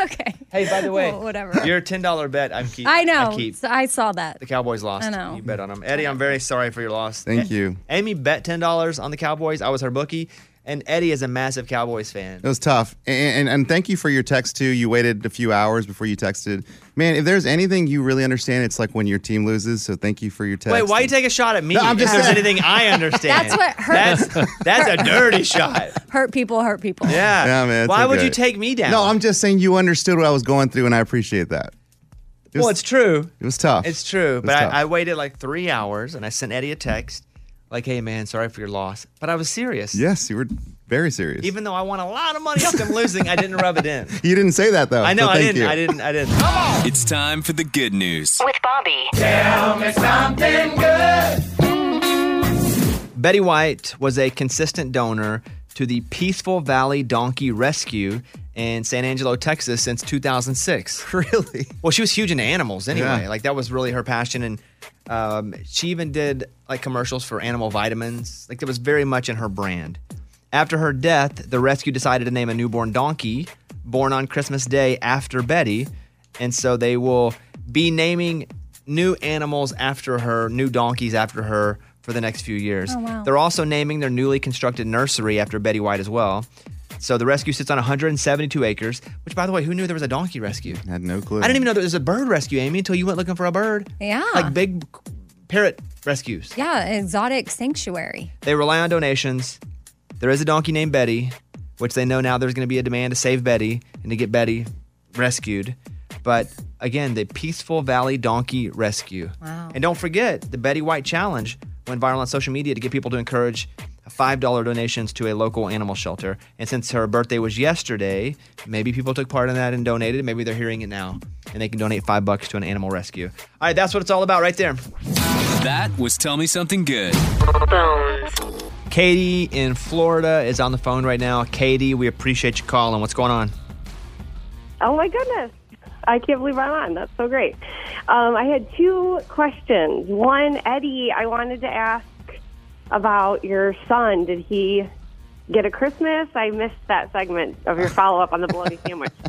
Speaker 2: okay.
Speaker 1: Hey, by the way,
Speaker 2: Well, whatever.
Speaker 1: Your ten dollar bet, I'm keep.
Speaker 2: I know.
Speaker 1: I keep.
Speaker 2: So I saw that.
Speaker 1: The Cowboys lost.
Speaker 2: I know.
Speaker 1: You bet on them, Eddie. I'm very sorry for your loss.
Speaker 4: Thank you.
Speaker 1: Amy bet ten dollars on the Cowboys. I was her bookie. And Eddie is a massive Cowboys fan.
Speaker 4: It was tough. And, and and thank you for your text too. You waited a few hours before you texted. Man, if there's anything you really understand, it's like when your team loses. So thank you for your text.
Speaker 1: Wait, why you take a shot at me?
Speaker 4: No, I'm just
Speaker 1: if there's
Speaker 4: saying.
Speaker 1: anything I understand.
Speaker 2: That's what hurt.
Speaker 1: That's, that's a dirty shot.
Speaker 2: Hurt people, hurt people.
Speaker 1: Yeah.
Speaker 4: Yeah, man, it's
Speaker 1: why would
Speaker 4: okay.
Speaker 1: you take me down?
Speaker 4: No, I'm just saying you understood what I was going through, and I appreciate that. It
Speaker 1: well, it's true.
Speaker 4: It was tough.
Speaker 1: It's true.
Speaker 4: It's
Speaker 1: But
Speaker 4: tough.
Speaker 1: I, I waited like three hours and I sent Eddie a text like, hey, man, sorry for your loss. But I was serious.
Speaker 4: yes, you were very serious.
Speaker 1: Even though I won a lot of money off them losing, I didn't rub it in.
Speaker 4: You didn't say that though.
Speaker 1: I know,
Speaker 4: so
Speaker 1: I
Speaker 4: thank
Speaker 1: didn't.
Speaker 4: you.
Speaker 1: I didn't. I didn't.
Speaker 13: It's time for the good news.
Speaker 11: With Bobby.
Speaker 7: Tell me something good.
Speaker 1: Betty White was a consistent donor to the Peaceful Valley Donkey Rescue in San Angelo, Texas since 2006.
Speaker 4: Really?
Speaker 1: Well, she was huge into animals anyway.
Speaker 4: Yeah.
Speaker 1: Like that was really her passion and um, she even did like commercials for animal vitamins. Like that was very much in her brand. After her death, the rescue decided to name a newborn donkey born on Christmas Day after Betty. And so they will be naming new animals after her, new donkeys after her for the next few years.
Speaker 7: Oh, wow.
Speaker 1: They're also naming their newly constructed nursery after Betty White as well. So the rescue sits on 172 acres, which, by the way, who knew there was a donkey rescue?
Speaker 4: I had no clue.
Speaker 1: I didn't even know there was a bird rescue, Amy, until you went looking for a bird.
Speaker 7: Ah.
Speaker 2: Yeah.
Speaker 1: Like big parrot rescues.
Speaker 2: yeah, exotic sanctuary.
Speaker 1: They rely on donations. There is a donkey named Betty, which they know now there's going to be a demand to save Betty and to get Betty rescued. But again, the Peaceful Valley Donkey Rescue.
Speaker 7: Wow.
Speaker 1: And don't forget, the Betty White Challenge went viral on social media to get people to encourage $5 donations to a local animal shelter. And since her birthday was yesterday, maybe people took part in that and donated. Maybe they're hearing it now and they can donate five bucks to an animal rescue. All right, that's what it's all about right there.
Speaker 13: That was Tell Me Something Good.
Speaker 1: Katie in Florida is on the phone right now. Katie, we appreciate you calling. What's going on?
Speaker 22: Oh my goodness. I can't believe I'm on. That's so great. Um, I had two questions. One, Eddie, I wanted to ask about your son. Did he get a Christmas? I missed that segment of your follow up on the bologna sandwich.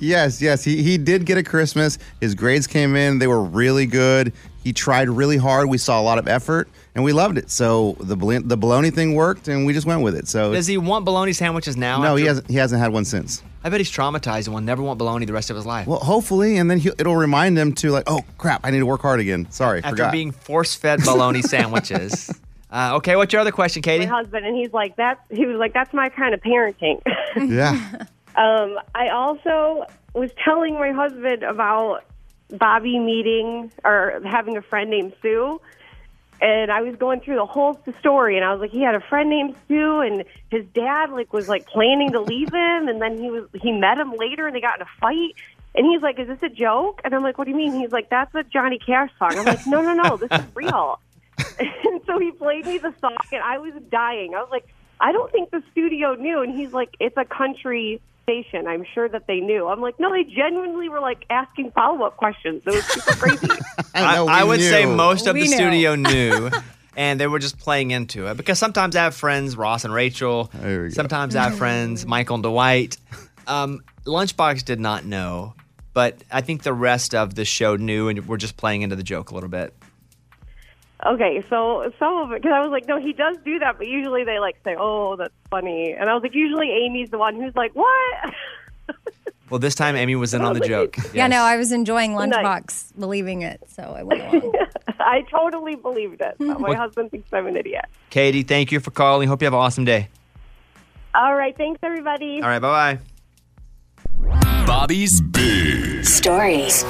Speaker 4: Yes, yes. He, he did get a Christmas. His grades came in. They were really good. He tried really hard. We saw a lot of effort and we loved it. So the bol- the bologna thing worked and we just went with it. So
Speaker 1: Does he want bologna sandwiches now?
Speaker 4: No, he
Speaker 1: after-
Speaker 4: hasn't he hasn't had one since.
Speaker 1: I bet he's traumatized and will never want bologna the rest of his life.
Speaker 4: Well, hopefully and then he'll, it'll remind him to like, "Oh crap, I need to work hard again." Sorry,
Speaker 1: After
Speaker 4: forgot.
Speaker 1: being force fed bologna sandwiches. Uh, okay, what's your other question,
Speaker 22: My
Speaker 1: Katie?
Speaker 22: husband, and he's like, "That's." He was like, "That's my kind of parenting."
Speaker 4: yeah.
Speaker 22: Um, I also was telling my husband about Bobby meeting or having a friend named Sue. And I was going through the whole story, and I was like, he had a friend named Sue, and his dad like was like planning to leave him, and then he was he met him later, and they got in a fight. And he's like, "Is this a joke?" And I'm like, "What do you mean?" He's like, "That's a Johnny Cash song." I'm like, "No, no, no, this is real." and so he played me the song, and I was dying. I was like, I don't think the studio knew. And he's like, it's a country station. I'm sure that they knew. I'm like, no, they genuinely were like asking follow up questions. It was super crazy.
Speaker 1: I,
Speaker 4: we
Speaker 1: I would
Speaker 4: knew.
Speaker 1: say most of
Speaker 22: We
Speaker 1: the
Speaker 22: knew.
Speaker 1: studio knew. And they were just playing into it because sometimes I have friends, Ross and Rachel. Sometimes I have friends, Michael and Dwight. Um, Lunchbox did not know, but I think the rest of the show knew, and we're just playing into the joke a little bit.
Speaker 22: okay, so some of it, because I was like, no, he does do that, but usually they like say, oh, that's funny. And I was like, usually Amy's the one who's like, what?
Speaker 1: Well, this time Amy was in on the
Speaker 22: Oh,
Speaker 1: joke.
Speaker 2: Yeah,
Speaker 1: Yes.
Speaker 2: no, I was enjoying Lunchbox, believing it, so I went along.
Speaker 22: I totally believed it. But my
Speaker 1: What-
Speaker 22: husband thinks I'm an idiot.
Speaker 1: Katie, thank you for calling. Hope you have an awesome day.
Speaker 22: All right, thanks, everybody.
Speaker 1: All right, bye bye.
Speaker 13: Bobby's Big
Speaker 11: Stories.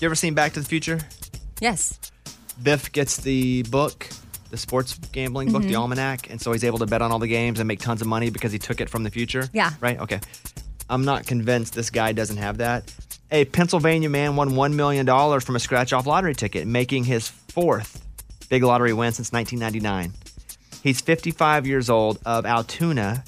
Speaker 1: You ever seen Back to the Future?
Speaker 2: Yes.
Speaker 1: Biff gets the book, the sports gambling book, the
Speaker 2: Mhm.
Speaker 1: almanac, and so he's able to bet on all the games and make tons of money because he took it from the future.
Speaker 2: Yeah.
Speaker 1: Right? Okay. I'm not convinced this guy doesn't have that. A Pennsylvania man won $1 million from a scratch off lottery ticket, making his fourth big lottery win since 1999. He's 55 years old of Altoona.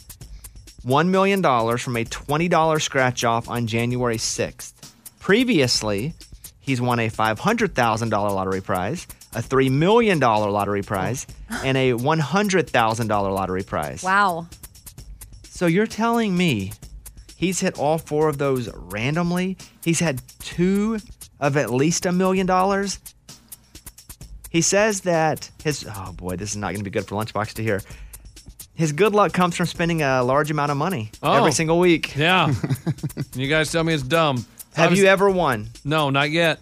Speaker 1: $1 million from a $20 scratch off on January 6th. Previously, he's won a $500,000 lottery prize, a $3 million lottery prize, and a $100,000 lottery prize.
Speaker 2: Wow.
Speaker 1: So you're telling me he's hit all four of those randomly? He's had two of at least a million dollars? He says that his, oh boy, this is not going to be good for Lunchbox to hear. His good luck comes from spending a large amount of money
Speaker 3: Oh.
Speaker 1: every single week.
Speaker 3: Yeah. you guys tell me it's dumb.
Speaker 1: Have
Speaker 3: Times-
Speaker 1: you ever won?
Speaker 3: No, not yet.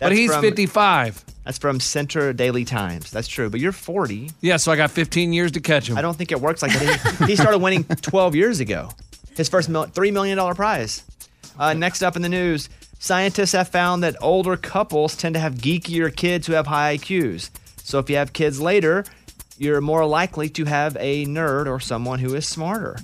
Speaker 3: But he's 55.
Speaker 1: That's from Center Daily Times. That's true. But you're 40.
Speaker 3: Yeah, so I got 15 years to catch him.
Speaker 1: I don't think it works like that. He, he started winning 12 years ago. His first mil- $3 million prize. Uh, next up in the news, scientists have found that older couples tend to have geekier kids who have high IQs. So if you have kids later, you're more likely to have a nerd or someone who is smarter.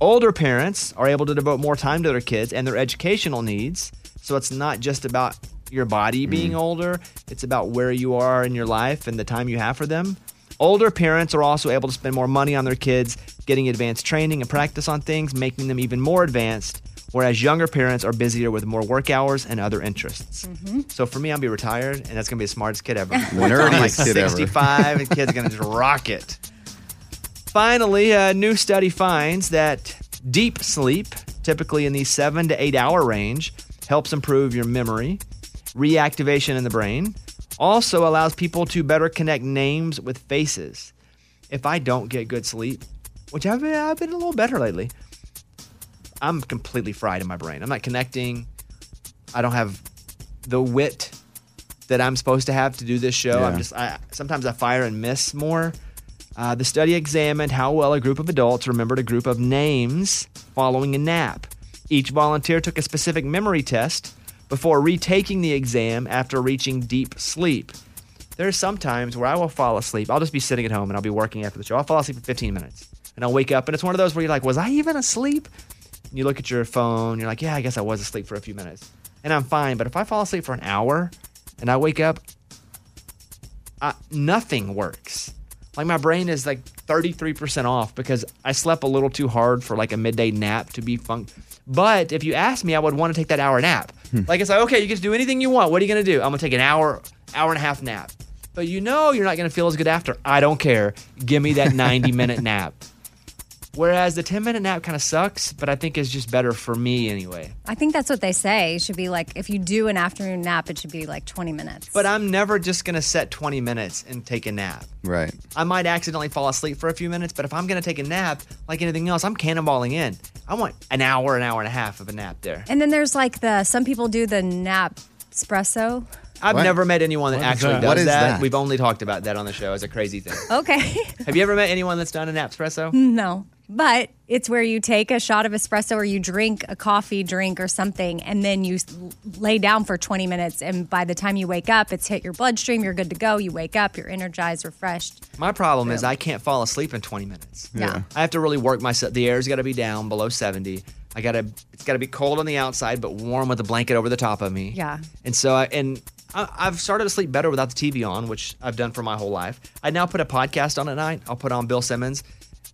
Speaker 1: Older parents are able to devote more time to their kids and their educational needs. So it's not just about your body
Speaker 4: Mm.
Speaker 1: being older, it's about where you are in your life and the time you have for them. Older parents are also able to spend more money on their kids, getting advanced training and practice on things, making them even more advanced, whereas younger parents are busier with more work hours and other interests. So for me, I'll be retired, and that's going to be the smartest kid ever. I'm like
Speaker 4: nerdiest kid ever.
Speaker 1: 65, and kid's going to just rock it. Finally, a new study finds that deep sleep, typically in the seven to eight hour range, helps improve your memory, reactivation in the brain, also allows people to better connect names with faces. If I don't get good sleep, which I've been, I've been a little better lately, I'm completely fried in my brain. I'm not connecting. I don't have the wit that I'm supposed to have to do this show. I'm
Speaker 23: Yeah.
Speaker 1: just I sometimes I fire and miss more. Uh, the study examined how well a group of adults remembered a group of names following a nap. Each volunteer took a specific memory test before retaking the exam after reaching deep sleep. There's some times where I will fall asleep. I'll just be sitting at home and I'll be working after the show. I'll fall asleep for 15 minutes and I'll wake up and it's one of those where you're like, was I even asleep? And you look at your phone, you're like, yeah, I guess I was asleep for a few minutes and I'm fine. But if I fall asleep for an hour and I wake up, I, nothing works. Like my brain is like 33% off because I slept a little too hard for like a midday nap to be fun. But if you asked me, I would want to take that hour nap. like it's like, okay, you get to do anything you want. What are you going to do? I'm going to take an hour, hour and a half nap. But you know you're not going to feel as good after. I don't care. Give me that 90 minute nap. Whereas the 10 minute nap kind of sucks, but I think it's just better for me anyway.
Speaker 2: I think that's what they say. It should be like if you do an afternoon nap, it should be like 20 minutes.
Speaker 1: But I'm never just going to set 20 minutes and take a nap.
Speaker 4: Right.
Speaker 1: I might accidentally fall asleep for a few minutes, but if I'm going to take a nap, like anything else, I'm cannonballing in. I want an hour, an hour and a half of a nap there.
Speaker 2: And then there's like the some people do the nap espresso.
Speaker 1: I've never met anyone that
Speaker 4: What is
Speaker 1: actually
Speaker 4: that?
Speaker 1: does
Speaker 4: What is that?
Speaker 1: We've only talked about that on the show as a crazy thing.
Speaker 2: Okay.
Speaker 1: Have you ever met anyone that's done a nap espresso?
Speaker 2: no. But it's where you take a shot of espresso or you drink a coffee drink or something, and then you s- lay down for 20 minutes. And by the time you wake up, it's hit your bloodstream. You're good to go. You wake up, you're energized, refreshed.
Speaker 1: My problem is I can't fall asleep in 20 minutes.
Speaker 2: Yeah. Yeah.
Speaker 1: I have to really work myself. The air's got to be down below 70. I got to it's got to be cold on the outside but warm with a blanket over the top of me.
Speaker 2: Yeah.
Speaker 1: And so I and I, I've started to sleep better without the TV on, which I've done for my whole life. I now put a podcast on at night. I'll put on Bill Simmons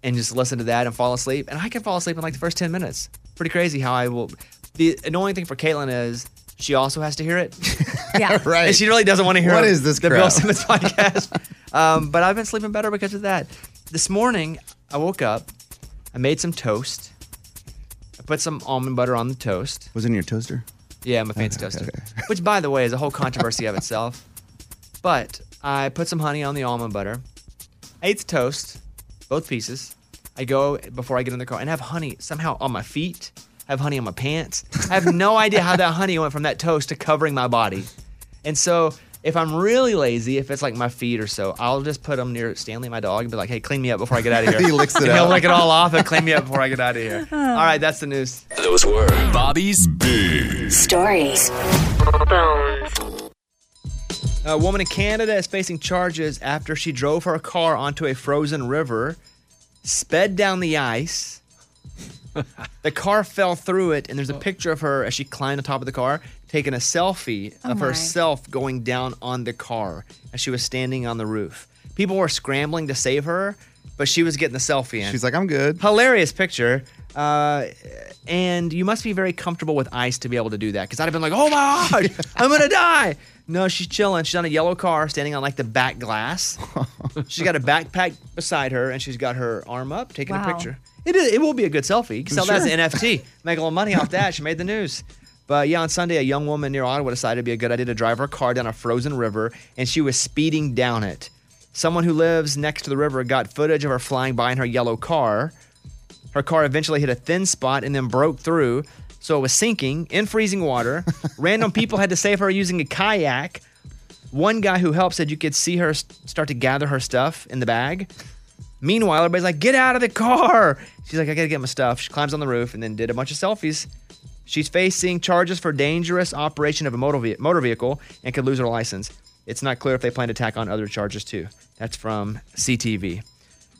Speaker 1: and just listen to that and fall asleep. And I can fall asleep in like the first ten minutes. Pretty crazy how I will. The annoying thing for Caitlin is she also has to hear it.
Speaker 2: Yeah.
Speaker 4: right.
Speaker 1: And she really doesn't want to hear
Speaker 4: What is this
Speaker 1: the
Speaker 4: crap?
Speaker 1: Bill Simmons podcast. um, but I've been sleeping better because of that. This morning I woke up. I made some toast. I put some almond butter on the toast.
Speaker 4: Was it in your toaster?
Speaker 1: Yeah, I'm a fancy toaster. Which, by the way, is a whole controversy of itself. But I put some honey on the almond butter, ate the toast, both pieces. I go before I get in the car and have honey somehow on my feet, have honey on my pants. I have no idea how that honey went from that toast to covering my body. And so, if I'm really lazy, if it's like my feet or so, I'll just put them near Stanley, my dog, and be like, hey, clean me up before I get out of here.
Speaker 4: He licks it
Speaker 1: And He'll
Speaker 4: up.
Speaker 1: lick it all off and clean me up before I get out of here. All right, that's the news.
Speaker 13: Those were Bobby's Big
Speaker 11: Stories.
Speaker 1: A woman in Canada is facing charges after she drove her car onto a frozen river, sped down the ice. the car fell through it, and there's
Speaker 4: Oh.
Speaker 1: a picture of her as she climbed on top of the car, taking a selfie
Speaker 2: Oh
Speaker 1: of
Speaker 2: my.
Speaker 1: herself going down on the car as she was standing on the roof. People were scrambling to save her, but she was getting the selfie in.
Speaker 4: She's like, I'm good.
Speaker 1: Hilarious picture. Uh, and you must be very comfortable with ice to be able to do that. Because I'd have been like, oh my gosh, I'm going to die. No, she's chilling. She's on a yellow car standing on like the back glass. she's got a backpack beside her and she's got her arm up taking
Speaker 2: Wow.
Speaker 1: a picture. It, is, it will be a good selfie. You can sell that as
Speaker 2: Sure.
Speaker 1: an NFT. Make a little money off that. She made the news. But yeah, on Sunday, a young woman near Ottawa decided it'd be a good idea to drive her car down a frozen river and she was speeding down it. Someone who lives next to the river got footage of her flying by in her yellow car. Her car eventually hit a thin spot and then broke through, so it was sinking in freezing water. Random people had to save her using a kayak. One guy who helped said you could see her s- start to gather her stuff in the bag. Meanwhile, everybody's like, get out of the car. She's like, I gotta get my stuff. She climbs on the roof and then did a bunch of selfies. She's facing charges for dangerous operation of a motor, ve- motor vehicle and could lose her license. It's not clear if they plan to tack on other charges too. That's from CTV.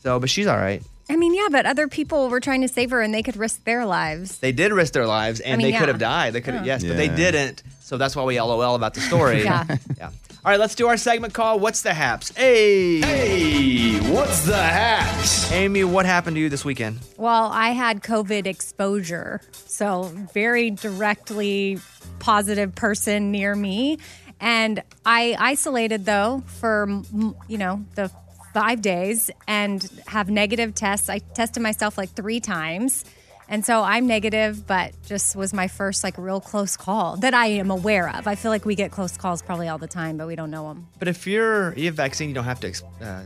Speaker 1: So, but she's all right.
Speaker 2: I mean, yeah, but other people were trying to save her and they could risk their lives.
Speaker 1: They did risk their lives and
Speaker 2: mean,
Speaker 1: they
Speaker 2: yeah.
Speaker 1: could have died. They could have,
Speaker 2: Yeah.
Speaker 1: yes, but they
Speaker 2: Yeah.
Speaker 1: didn't. So that's why we LOL about the story.
Speaker 2: Yeah.
Speaker 1: yeah. All right, let's do our segment call. What's the haps? Hey. Hey, what's the haps? Amy, what happened to you this weekend?
Speaker 2: Well, I had COVID exposure. So, very directly positive person near me. And I isolated though for, mm, you know, the five days and have negative tests. I tested myself like three times. And so I'm negative, but just was my first like real close call that I am aware of. I feel like we get close calls probably all the time, but we don't know them.
Speaker 1: But if you're you have vaccine, you don't have to ex- uh,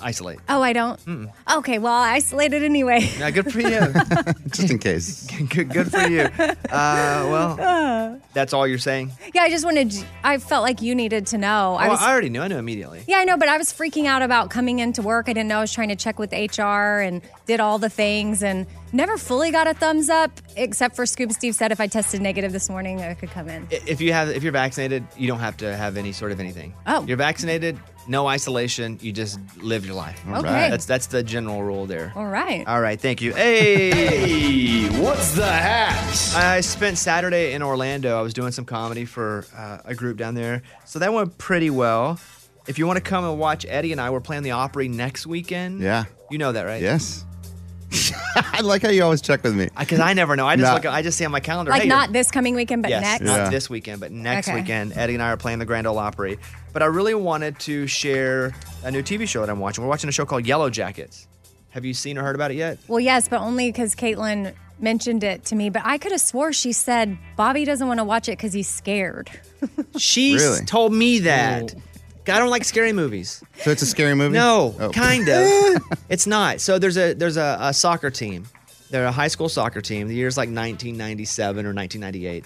Speaker 1: isolate.
Speaker 2: Oh, I don't?
Speaker 1: Mm-mm.
Speaker 2: Okay, well, I isolated anyway.
Speaker 1: Yeah, good for you. Just in case. good, good for you. Uh, well, that's all you're saying.
Speaker 2: Yeah, I just wanted. I felt like you needed to know. Oh, I
Speaker 1: well,
Speaker 2: was.
Speaker 1: Oh, I already knew. I knew immediately.
Speaker 2: yeah, I know, but I was freaking out about coming into work. I didn't know. I was trying to check with HR and did all the things and never fully got a thumbs up, except for Scoop Steve said if I tested negative this morning, I could come in.
Speaker 1: I- If you have, if you're vaccinated, you don't have to have any sort of anything.
Speaker 2: Oh.
Speaker 1: you're vaccinated, no isolation. You just live your life.
Speaker 2: Okay. right.
Speaker 1: that's that's the general rule there.
Speaker 2: All right.
Speaker 1: All right, thank you. Hey, what's the haps? I spent Saturday in Orlando. I was doing some comedy for uh, a group down there, so that went pretty well. If you want to come and watch Eddie and I, we're playing the Opry next weekend.
Speaker 4: Yeah.
Speaker 1: you know that, right?
Speaker 4: Yes. I like how you always check with me.
Speaker 1: Because I never know. I just
Speaker 4: Nah.
Speaker 1: look. I just see on my calendar.
Speaker 2: Like
Speaker 1: hey, you're-
Speaker 2: not this coming weekend, but
Speaker 1: yes,
Speaker 2: next.
Speaker 1: Not this weekend, but next
Speaker 2: Okay.
Speaker 1: weekend, Eddie and I are playing the Grand Ole Opry. But I really wanted to share a new TV show that I'm watching. We're watching a show called Yellow Jackets. Have you seen or heard about it yet?
Speaker 2: Well, yes, but only because Caitlin mentioned it to me. But I could have swore she said Bobby doesn't want to watch it because he's scared.
Speaker 1: She s-
Speaker 4: Really?
Speaker 1: told me that. I don't like scary movies.
Speaker 4: So it's a scary movie?
Speaker 1: No,
Speaker 4: Oh.
Speaker 1: kind of. it's not. So there's a there's a, a soccer team. They're a high school soccer team. The year's like 1997 or 1998,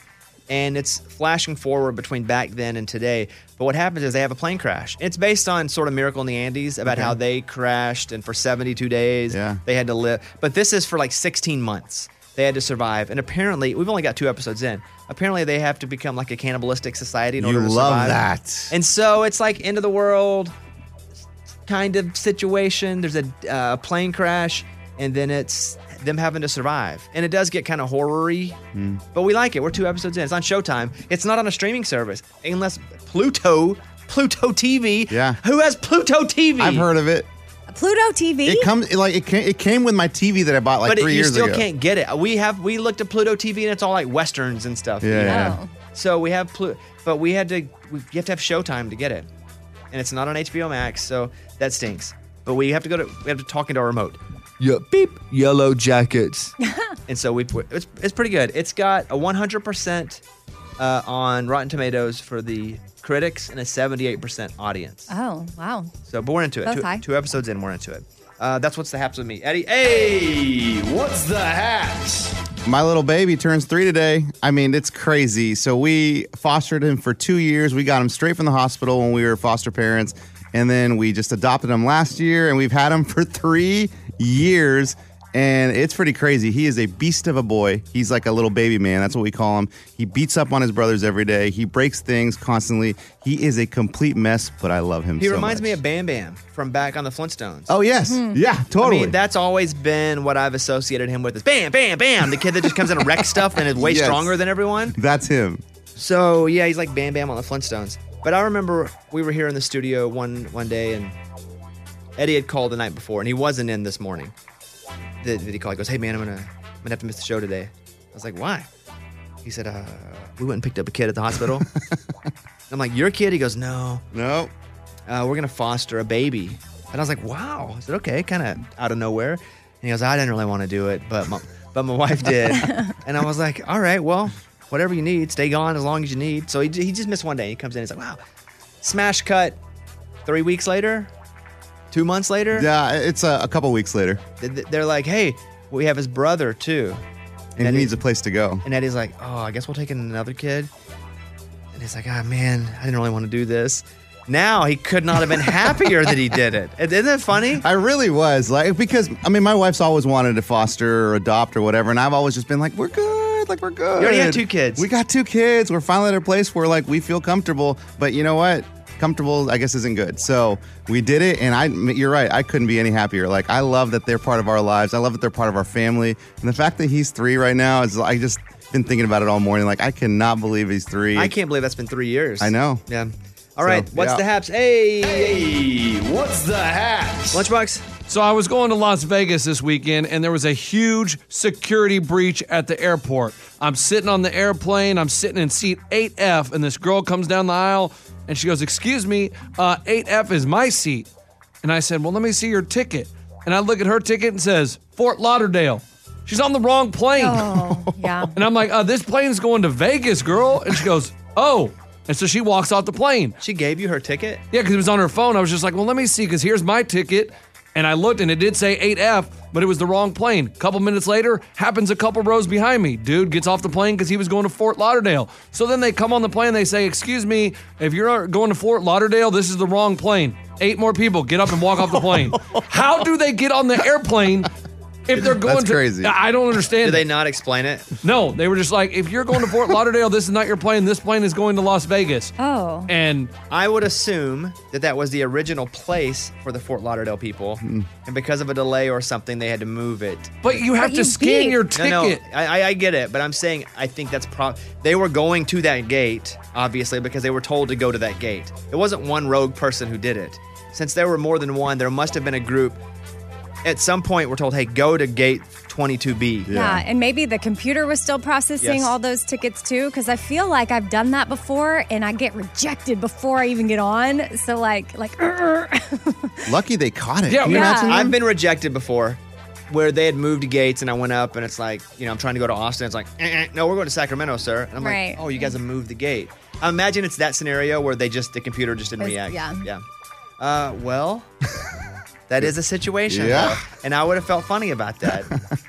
Speaker 1: and it's flashing forward between back then and today. But what happens is they have a plane crash. It's based on sort of Miracle in the Andes about
Speaker 4: Okay.
Speaker 1: how they crashed and for 72 days they had to live. But this is for like 16 months. They had to survive, and apparently we've only got two episodes in. Apparently they have to become like a cannibalistic society in
Speaker 4: You
Speaker 1: order to
Speaker 4: love
Speaker 1: survive.
Speaker 4: that.
Speaker 1: And so it's like end of the world kind of situation. There's a uh, plane crash, and then it's them having to survive. And it does get kind of horror-y, but we like it. We're two episodes in. It's on Showtime. It's not on a streaming service unless Pluto, Pluto TV. Yeah. Who has Pluto TV?
Speaker 4: I've heard of it.
Speaker 2: Pluto TV.
Speaker 4: It comes it, like it came, it came with my TV that I bought like
Speaker 1: but it-
Speaker 4: three
Speaker 1: you
Speaker 4: years
Speaker 1: still
Speaker 4: ago.
Speaker 1: can't get it. We have we looked at Pluto TV and it's all like westerns and stuff. you
Speaker 4: Yeah,
Speaker 1: know?
Speaker 4: yeah. Oh.
Speaker 1: So we have Pluto, but we had to we, you have to have Showtime to get it, and it's not on HBO Max, so that stinks. But we have to go to we have to talk into our remote. Yeah, beep, yellow jackets. and so we put- it's it's pretty good. It's got a 100 percent uh, on Rotten Tomatoes for the critics and a 78 percent audience.
Speaker 2: Oh, wow.
Speaker 1: So, but we're into it.
Speaker 2: Both
Speaker 1: Two,
Speaker 2: high.
Speaker 1: two episodes in, we're into it. Uh, that's what's the haps with me, Eddie. Hey, what's the haps?
Speaker 4: My little baby turns three today. I mean, it's crazy. So we fostered him for two years. We got him straight from the hospital when we were foster parents. And then we just adopted him last year and we've had him for three years. And it's pretty crazy. He is a beast of a boy. He's like a little baby man. That's what we call him. He beats up on his brothers every day. He breaks things constantly. He is a complete mess, but I love him
Speaker 1: He
Speaker 4: so
Speaker 1: reminds
Speaker 4: much.
Speaker 1: me of Bam Bam from back on the Flintstones.
Speaker 4: Oh, yes. Yeah, totally.
Speaker 1: Hmm. I mean, that's always been what I've associated him with is bam, bam, bam. The kid that just comes in and wrecks stuff and is way
Speaker 4: Yes.
Speaker 1: stronger than everyone.
Speaker 4: That's him.
Speaker 1: So yeah, he's like Bam Bam on the Flintstones. But I remember we were here in the studio one one day, and Eddie had called the night before, and he wasn't in this morning. The, the he called. He goes, "Hey man, I'm gonna I'm gonna have to miss the show today." I was like, "Why?" He said, uh, "We went and picked up a kid at the hospital." I'm like, "Your kid?" He goes, "No,
Speaker 4: no,
Speaker 1: uh, we're gonna foster a baby." And I was like, "Wow." I said, "Okay, kind of out of nowhere." And he goes, "I didn't really want to do it, but my, but my wife did." and I was like, "All right, well, whatever you need, stay gone as long as you need." So he, he just missed one day. He comes in, he's like, "Wow." Smash cut. Three weeks later, Two months later?
Speaker 4: Yeah, it's a, a couple weeks later.
Speaker 1: Th- th- They're like, hey, we have his brother too.
Speaker 4: And he needs a place to go.
Speaker 1: And Eddie's like, oh, I guess we'll take in another kid. And he's like, ah, man, I didn't really want to do this. Now he could not have been happier that he did it. Isn't that funny?
Speaker 4: I really was like because I mean my wife's always wanted to foster or adopt or whatever, and I've always just been like, we're good, like we're good.
Speaker 1: You already had two kids.
Speaker 4: We got two kids. We're finally at a place where like we feel comfortable, but you know what? Comfortable, I guess, isn't good. So we did it, and I, you're right. I couldn't be any happier. Like I love that they're part of our lives. I love that they're part of our family, and the fact that he's three right now is I just been thinking about it all morning. Like I cannot believe he's three.
Speaker 1: I can't believe that's been three years.
Speaker 4: I know.
Speaker 1: Yeah. All right,
Speaker 4: So,
Speaker 1: what's
Speaker 4: yeah.
Speaker 1: the haps? Hey!
Speaker 3: what's the haps?
Speaker 1: Lunchbox.
Speaker 3: So I was going to Las Vegas this weekend, and there was a huge security breach at the airport. I'm sitting on the airplane. I'm sitting in seat 8F, and this girl comes down the aisle, and she goes, "Excuse me, uh, 8F is my seat." And I said, "Well, let me see your ticket." And I look at her ticket and says, "Fort Lauderdale." She's on the wrong plane.
Speaker 2: yeah.
Speaker 3: And I'm like, uh, this plane's going to Vegas, girl. And she goes, oh. And so she walks off the plane.
Speaker 1: She gave you her ticket?
Speaker 3: Yeah, because it was on her phone. I was just like, well, let me see, because here's my ticket. And I looked and it did say 8F, but it was the wrong plane. Couple minutes later, happens a couple rows behind me. Dude gets off the plane because he was going to Fort Lauderdale. So then they come on the plane, they say, Excuse me, if you're going to Fort Lauderdale, this is the wrong plane. Eight more people get up and walk off the plane. How do they get on the airplane if they're going
Speaker 1: That's
Speaker 3: to
Speaker 1: crazy.
Speaker 3: I don't understand.
Speaker 1: Did they not explain it?
Speaker 3: No, they were just like, if you're going to Fort Lauderdale, this is not your plane. This plane is going to Las Vegas.
Speaker 2: Oh.
Speaker 3: And
Speaker 1: I would assume that that was the original place for the Fort Lauderdale people,
Speaker 3: Hmm.
Speaker 1: and because of a delay or something, they had to move it.
Speaker 3: But you have But to you scan beat- your
Speaker 1: No, no,
Speaker 3: ticket.
Speaker 1: I, I- I get it, but I'm saying I think that's pro. They were going to that gate, obviously, because they were told to go to that gate. It wasn't one rogue person who did it. Since there were more than one, there must have been a group. At some point, we're told, "Hey, go to gate 22B."
Speaker 2: Yeah. and maybe the computer was still processing
Speaker 1: Yes.
Speaker 2: all those tickets too, because I feel like I've done that before, and I get rejected before I even get on. So like, like,
Speaker 4: Lucky they caught it.
Speaker 1: Yeah,
Speaker 4: Can you imagine that?
Speaker 1: I've been rejected before where they had moved gates and I went up and it's like, you know, I'm trying to go to Austin. It's like, eh, eh, no, we're going to Sacramento, sir. And I'm
Speaker 2: Right.
Speaker 1: like, oh, you guys have moved the gate. I imagine it's that scenario where they just, the computer just didn't
Speaker 2: It's-
Speaker 1: react.
Speaker 2: yeah.
Speaker 1: Yeah. Uh, well, that is a situation.
Speaker 4: Yeah.
Speaker 1: though, and I would have felt funny about that.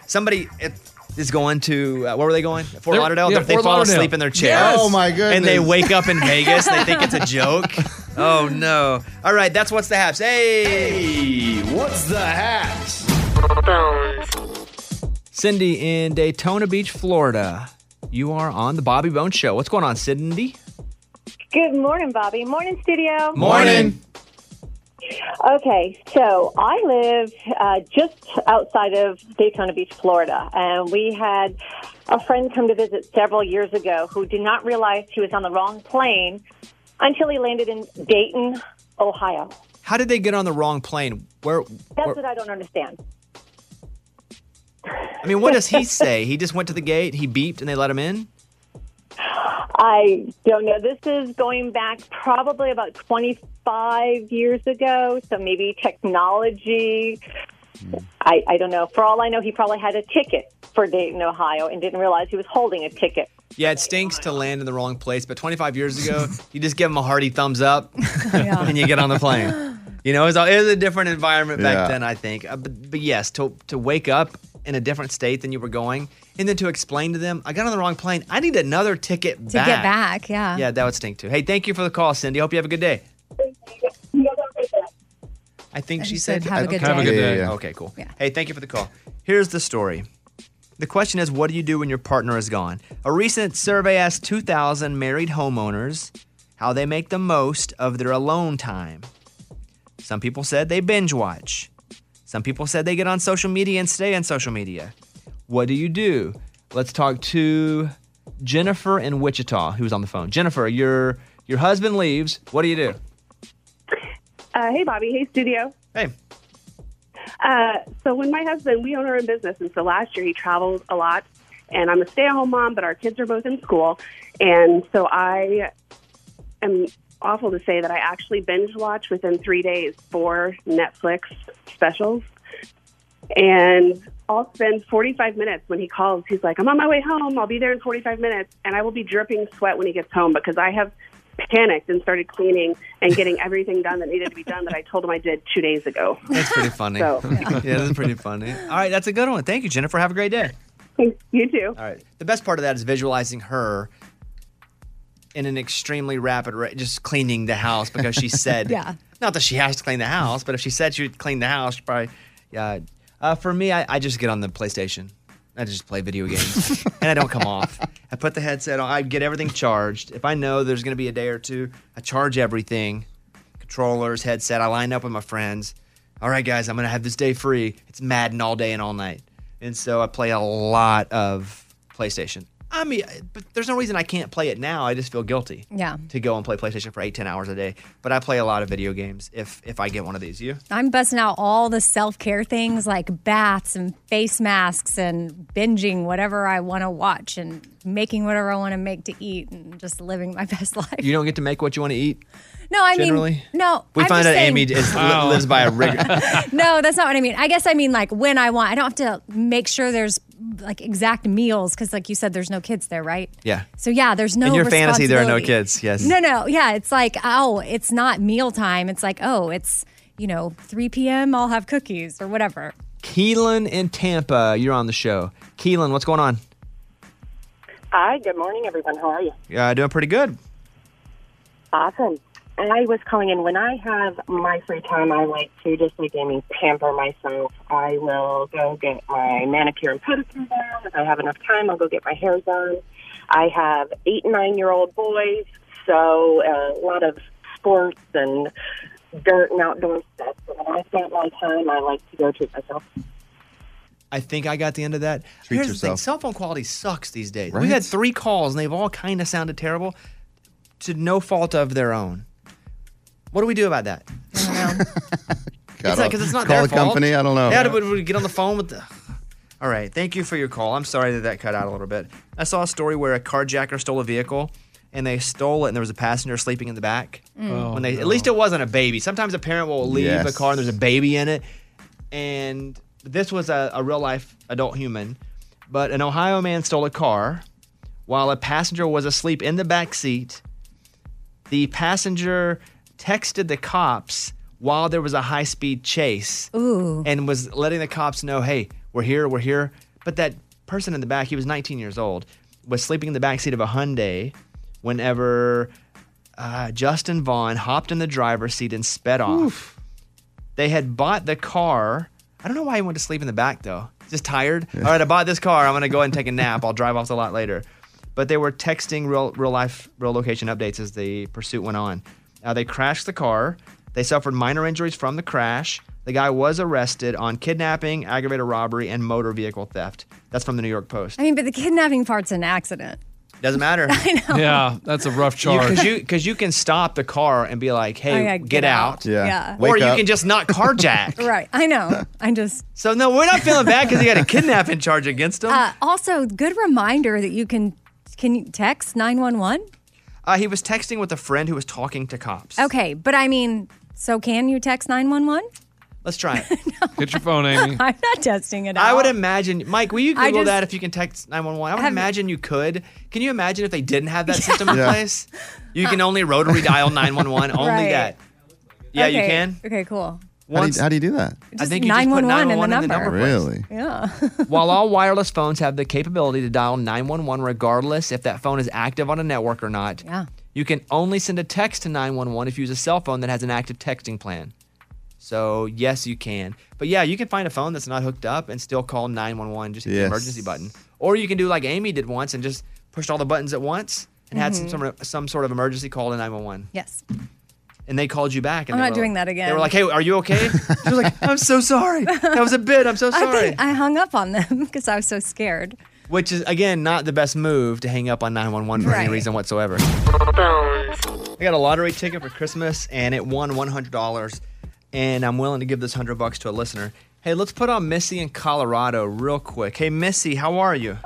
Speaker 1: Somebody it, is going to, uh, where were they going? Fort
Speaker 4: They're-
Speaker 1: Lauderdale?
Speaker 4: yeah,
Speaker 1: they
Speaker 4: Fort
Speaker 1: fall
Speaker 4: Lauderdale.
Speaker 1: asleep in their chair.
Speaker 4: Yes. Oh, my
Speaker 1: And they
Speaker 4: goodness.
Speaker 1: wake up in Vegas and they think it's a joke. Oh, no. All right, that's what's the haps. Hey, what's the haps? Cindy in Daytona Beach, Florida. You are on the Bobby Bones Show. What's going on, Cindy?
Speaker 23: Good morning, Bobby. Morning, studio.
Speaker 1: Morning.
Speaker 23: Okay, so I live uh, just outside of Daytona Beach, Florida, and we had a friend come to visit several years ago who did not realize he was on the wrong plane until he landed in Dayton, Ohio.
Speaker 1: How did they get on the wrong plane? Where?
Speaker 23: That's
Speaker 1: where-
Speaker 23: what I don't understand.
Speaker 1: I mean, what does he say? He just went to the gate, he beeped, and they let him in.
Speaker 23: I don't know. This is going back probably about 25 years ago, so maybe technology. I, I don't know. For all I know, he probably had a ticket for Dayton, Ohio, and didn't realize he was holding a ticket.
Speaker 1: Yeah, it stinks to land in the wrong place, but 25 years ago, you just give him a hearty thumbs up, and you get on the plane. You know, it was, a- it was a different environment back
Speaker 4: Yeah.
Speaker 1: then, I think. Uh, but, but yes, to to wake up in a different state than you were going, and then to explain to them, I got on the wrong plane. I need another ticket
Speaker 2: to get back, yeah.
Speaker 1: Yeah, that would stink too. Hey, thank you for the call, Cindy. Hope you have a good day. I think she said,
Speaker 2: have a good
Speaker 1: okay.
Speaker 2: day. Have a good
Speaker 4: day.
Speaker 1: Okay, cool. Hey, thank you for the call. Here's the story. The question is, what do you do when your partner is gone? A recent survey asked 2,000 married homeowners how they make the most of their alone time. Some people said they binge watch. Some people said they get on social media and stay on social media. What do you do? Let's talk to Jennifer in Wichita, who's on the phone. Jennifer, your your husband leaves. What do you do?
Speaker 24: Uh, hey, Bobby. Hey, studio.
Speaker 1: Hey.
Speaker 24: Uh, so when my husband, we own our own business, and so last year he traveled a lot, and I'm a stay-at-home mom, but our kids are both in school, and so I am awful to say that I actually binge watch within three days four Netflix specials, and I'll spend 45 minutes when he calls. He's like, "I'm on my way home. I'll be there in 45 minutes," and I will be dripping sweat when he gets home because I have panicked and started cleaning and getting everything done that needed to be done that I told him I did two days ago.
Speaker 1: That's pretty funny.
Speaker 24: So-
Speaker 1: yeah, that's pretty funny. All right, that's a good one. Thank you, Jennifer. Have a great day.
Speaker 24: You too.
Speaker 1: All right. The best part of that is visualizing her in an extremely rapid rate, just cleaning the house because she said,
Speaker 2: Yeah.
Speaker 1: not that she has to clean the house, but if she said she would clean the house, she'd probably, yeah. Uh, for me, I, I just get on the PlayStation. I just play video games and I don't come off. I put the headset on, I get everything charged. If I know there's going to be a day or two, I charge everything controllers, headset. I line up with my friends. All right, guys, I'm going to have this day free. It's Madden all day and all night. And so I play a lot of PlayStation. I mean, uh, but there's no reason I can't play it now. I just feel guilty
Speaker 2: Yeah.
Speaker 1: to go and play PlayStation for eight, ten hours a day. But I play a lot of video games if if I get one of these. You?
Speaker 2: I'm busting out all the self care things like baths and face masks and binging whatever I want to watch and making whatever I want to make to eat and just living my best life.
Speaker 1: You don't get to make what you want to eat?
Speaker 2: No, I mean,
Speaker 1: Generally?
Speaker 2: no.
Speaker 1: We
Speaker 2: I'm
Speaker 1: find
Speaker 2: just
Speaker 1: out
Speaker 2: saying-
Speaker 1: Amy is, li- lives by a rigor.
Speaker 2: no, that's not what I mean. I guess I mean like when I want. I don't have to make sure there's like exact meals because, like you said, there's no kids there, right?
Speaker 1: Yeah.
Speaker 2: So yeah, there's no.
Speaker 1: In your fantasy, there are no
Speaker 2: responsibility.
Speaker 1: kids. Yes.
Speaker 2: No, no, yeah. It's like oh, it's not meal time. It's like oh, it's you know 3 p.m. I'll have cookies or whatever.
Speaker 1: Keelan in Tampa, you're on the show. Keelan, what's going on?
Speaker 14: Hi, good morning, everyone. How are you?
Speaker 1: Uh, doing pretty good.
Speaker 14: Awesome. I was calling in when I have my free time. I like to just like Amy pamper myself. I will go get my manicure and pedicure done. If I have enough time, I'll go get my hair done. I have eight and nine year old boys, so uh, a lot of sports and dirt and outdoor stuff. But when I spend my time, I like to go treat myself.
Speaker 1: I think I got the end of that.
Speaker 14: Treat
Speaker 1: Here's the thing:
Speaker 14: yourself.
Speaker 1: cell phone quality sucks these days.
Speaker 14: Right?
Speaker 1: We've had three calls, and they've all kind of sounded terrible, to no fault of their own. What do we do about that? It's not- 'cause it's not
Speaker 4: call
Speaker 1: their
Speaker 4: the company.
Speaker 1: fault.
Speaker 4: I don't know.
Speaker 1: Yeah, would, would get on the phone with the. All right, thank you for your call. I'm sorry that that cut out a little bit. I saw a story where a carjacker stole a vehicle, and they stole it, and there was a passenger sleeping in the back.
Speaker 6: Mm. Oh,
Speaker 1: when they, at least it wasn't a baby. Sometimes a parent will leave a
Speaker 6: Yes.
Speaker 1: car and there's a baby in it, and this was a, a real life adult human. But an Ohio man stole a car while a passenger was asleep in the back seat. The passenger texted the cops while there was a high speed chase
Speaker 2: Ooh.
Speaker 1: and was letting the cops know, hey, we're here, we're here. But that person in the back, he was 19 years old, was sleeping in the back seat of a Hyundai whenever uh, Justin Vaughn hopped in the driver's seat and sped off. They had bought the car. I don't know why he went to sleep in the back though. Just tired. All right, I bought this car. I'm gonna go ahead and take a nap. I'll drive off the lot later. But they were texting real, real life, real location updates as the pursuit went on. Uh, they crashed the car. They suffered minor injuries from the crash. The guy was arrested on kidnapping, aggravated robbery, and motor vehicle theft. That's from the New York Post.
Speaker 2: I mean, but the kidnapping part's an accident.
Speaker 1: Doesn't matter. I
Speaker 2: know.
Speaker 3: Yeah, that's a rough charge.
Speaker 1: Because you, 'cause you can stop the car and be like, hey,
Speaker 2: Oh, yeah,
Speaker 1: get,
Speaker 2: get
Speaker 1: out.
Speaker 2: out. Yeah. Yeah.
Speaker 1: Or
Speaker 2: Wake
Speaker 1: you
Speaker 2: up.
Speaker 1: can just not carjack.
Speaker 2: Right. I know. I just.
Speaker 1: so, no, we're not feeling bad because he got a kidnapping charge against him. Uh,
Speaker 2: Uh, also, good reminder that you can can you text 911.
Speaker 1: Uh, he was texting with a friend who was talking to cops.
Speaker 2: Okay, but I mean, so can you text 911?
Speaker 1: Let's try it.
Speaker 2: Oh.
Speaker 3: Get your phone,
Speaker 2: I'm not testing it out.
Speaker 1: I would imagine, Mike, will you
Speaker 2: I
Speaker 1: Google
Speaker 2: just-
Speaker 1: that if you can text 911? I would
Speaker 2: Have-
Speaker 1: imagine you could. Can you imagine if they didn't have that system in
Speaker 3: Yeah.
Speaker 1: place? You can only rotary dial 911, only
Speaker 2: Right.
Speaker 1: that. Yeah, you
Speaker 2: Okay,
Speaker 1: can.
Speaker 2: Okay, cool.
Speaker 4: How,
Speaker 1: Once-
Speaker 4: do you, how do you do that?
Speaker 1: I think you just put 911 in the number.
Speaker 4: Really?
Speaker 2: Yeah.
Speaker 1: While all wireless phones have the capability to dial 911 regardless if that phone is active on a network or not,
Speaker 2: Yeah.
Speaker 1: you can only send a text to 911 if you use a cell phone that has an active texting plan. So, yes, you can. But yeah, you can find a phone that's not hooked up and still call 911, just hit the
Speaker 4: Yes.
Speaker 1: emergency button. Or you can do like Amy did once and just pushed all the buttons at once and had some,
Speaker 2: Mhm.
Speaker 1: sort of, some sort of emergency call to 911.
Speaker 2: Yes.
Speaker 1: And they called you back. And
Speaker 2: I'm
Speaker 1: they
Speaker 2: not
Speaker 1: were-
Speaker 2: doing that again.
Speaker 1: They were like, hey, are you okay? she was like, I'm so sorry. That was a bit. I'm so
Speaker 2: I
Speaker 1: sorry.
Speaker 2: think I hung up on them because I was so scared.
Speaker 1: Which is again not the best move to hang up on 911 for
Speaker 2: Right.
Speaker 1: any reason whatsoever. I got a lottery ticket for Christmas and it won $100 and I'm willing to give this 100 bucks to a listener. Hey, let's put on Missy in Colorado real quick. Hey Missy, how are you?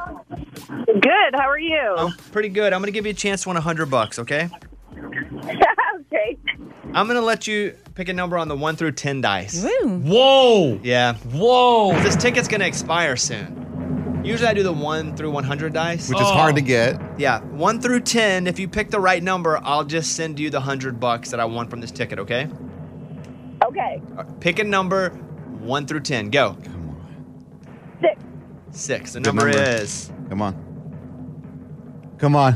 Speaker 25: Good. How are you?
Speaker 1: I'm pretty good. I'm going to give you a chance to win 100 bucks, okay?
Speaker 25: okay.
Speaker 1: I'm going to let you pick a number on the 1 through 10 dice.
Speaker 2: Woo.
Speaker 1: Whoa. Yeah.
Speaker 3: Whoa.
Speaker 1: This ticket's going to expire soon. Usually I do the 1 through 100 dice.
Speaker 4: Which is hard
Speaker 25: Oh.
Speaker 4: to get.
Speaker 1: Yeah, 1 through 10. If you pick the right number, I'll just send you the 100 bucks that I won from this ticket, okay?
Speaker 25: Okay.
Speaker 1: All right, pick a number 1 through 10. Go. Come on.
Speaker 25: 6.
Speaker 1: 6. The
Speaker 4: Good
Speaker 1: number,
Speaker 4: number.
Speaker 1: is
Speaker 4: Come on. Come on.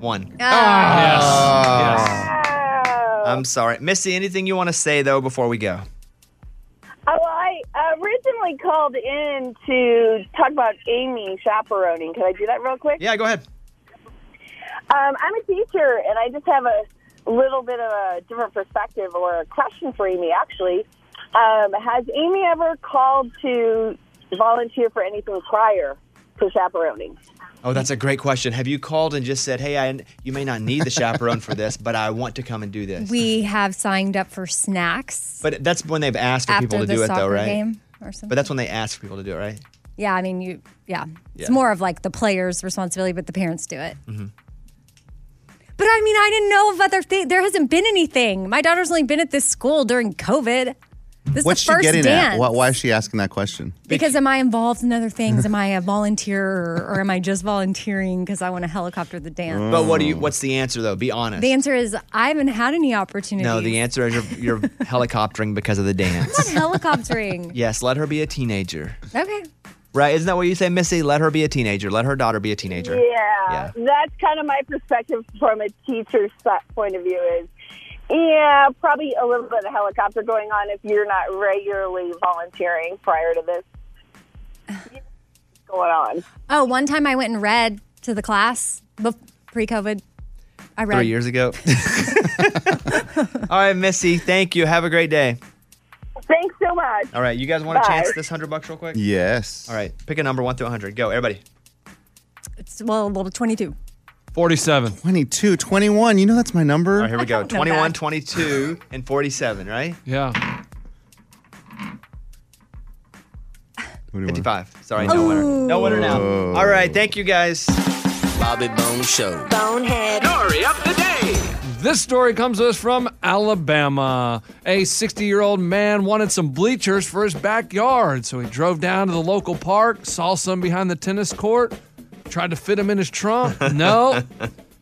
Speaker 1: 1.
Speaker 4: Ah. Yes.
Speaker 1: I'm sorry. Missy, anything you want to say though before we go?
Speaker 25: Oh, well, I originally called in to talk about Amy chaperoning. Can I do that real quick?
Speaker 1: Yeah, go ahead.
Speaker 25: Um, I'm a teacher, and I just have a little bit of a different perspective or a question for Amy, actually. Um, has Amy ever called to volunteer for anything prior to chaperoning?
Speaker 1: Oh, that's a great question. Have you called and just said, "Hey, I you may not need the chaperone for this, but I want to come and do this."
Speaker 2: We have signed up for snacks
Speaker 1: But that's when they've asked for people
Speaker 2: after
Speaker 1: to
Speaker 2: the
Speaker 1: do it,
Speaker 2: soccer
Speaker 1: though, right?
Speaker 2: game or something.
Speaker 1: But that's when they ask people to do it, right?
Speaker 2: yeah, I mean, you, yeah. It's
Speaker 1: Yeah.
Speaker 2: more of like the player's responsibility, but the parents do it.
Speaker 1: Mhm.
Speaker 2: But I mean, I didn't know of other things. There hasn't been anything. My daughter's only been at this school during COVID. This
Speaker 4: What's
Speaker 2: is
Speaker 4: she
Speaker 2: the first
Speaker 4: getting
Speaker 2: dance.
Speaker 4: at? Why, why is she asking that question?
Speaker 2: Because am I involved in other things? Am I a volunteer or, or am I just volunteering because I want to helicopter the dance?
Speaker 1: But what do you? What's the answer though? Be honest.
Speaker 2: The answer is I haven't had any opportunities.
Speaker 1: no, the answer is you're, you're helicoptering because of the dance.
Speaker 2: I'm not helicoptering.
Speaker 1: Yes, let her be a teenager.
Speaker 2: okay.
Speaker 1: Right? Isn't that what you say, Missy? Let her be a teenager. Let her daughter be a teenager.
Speaker 25: Yeah, that's kind of my perspective from a teacher's si- point of view is, yeah, probably a little bit of helicopter going on if you're not regularly volunteering prior to this. Going on.
Speaker 2: Oh, one time I went and read to the class pre COVID. I read.
Speaker 1: Three years ago. All right, Missy. Thank you. Have a great day.
Speaker 25: Thanks so much.
Speaker 1: All right, you guys want to
Speaker 25: Bye.
Speaker 1: chance this hundred bucks real quick?
Speaker 4: Yes.
Speaker 1: All right, pick a number one through hundred. Go, everybody.
Speaker 2: It's, well, well, 22.
Speaker 3: 47.
Speaker 4: 22, 21. You know that's my number. All right,
Speaker 1: here we go.
Speaker 2: know
Speaker 1: 21,
Speaker 2: that.
Speaker 1: 22, and 47, right?
Speaker 3: Yeah.
Speaker 1: 55. Sorry, no winner. No winner now.
Speaker 13: Oh.
Speaker 1: All right, thank you guys. Bobby Bone Show.
Speaker 11: Bonehead. Story of the day.
Speaker 3: This story comes to us from Alabama. A 60 year old man wanted some bleachers for his backyard, so he drove down to the local park, saw some behind the tennis court, tried to fit them in his trunk. No.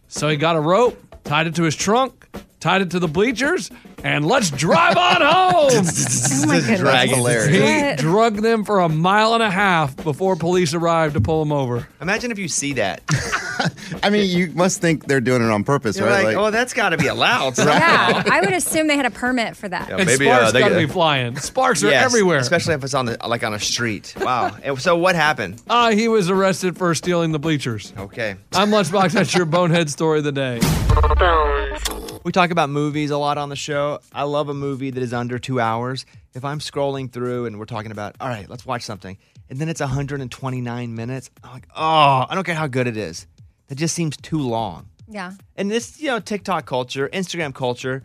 Speaker 3: so he got a rope, tied it to his trunk, tied it to the bleachers, and let's drive on home.
Speaker 2: Oh my goodness.
Speaker 3: He drug them for a mile and a half before police arrived to pull him over.
Speaker 1: Imagine if you see that.
Speaker 4: I mean, you must think they're doing it on purpose,
Speaker 1: You're
Speaker 4: right?
Speaker 1: like, oh, that's got to be allowed.
Speaker 2: Yeah, I would assume they had a permit for that.
Speaker 1: And Maybe, uh, sparks they- gotta be
Speaker 3: flying. Sparks
Speaker 1: are everywhere, especially if it's on the like on a street. Wow. And so what happened?
Speaker 3: Uh, he was arrested for stealing the bleachers.
Speaker 1: Okay.
Speaker 3: I'm Lunchbox. That's your bonehead story of the day.
Speaker 1: We talk about movies a lot on the show. I love a movie that is under two hours. If I'm scrolling through and we're talking about, all right, let's watch something, and then it's 129 minutes, I'm like, oh, I don't care how good it is. That just seems too long.
Speaker 2: Yeah.
Speaker 1: And this, you know, TikTok culture, Instagram culture,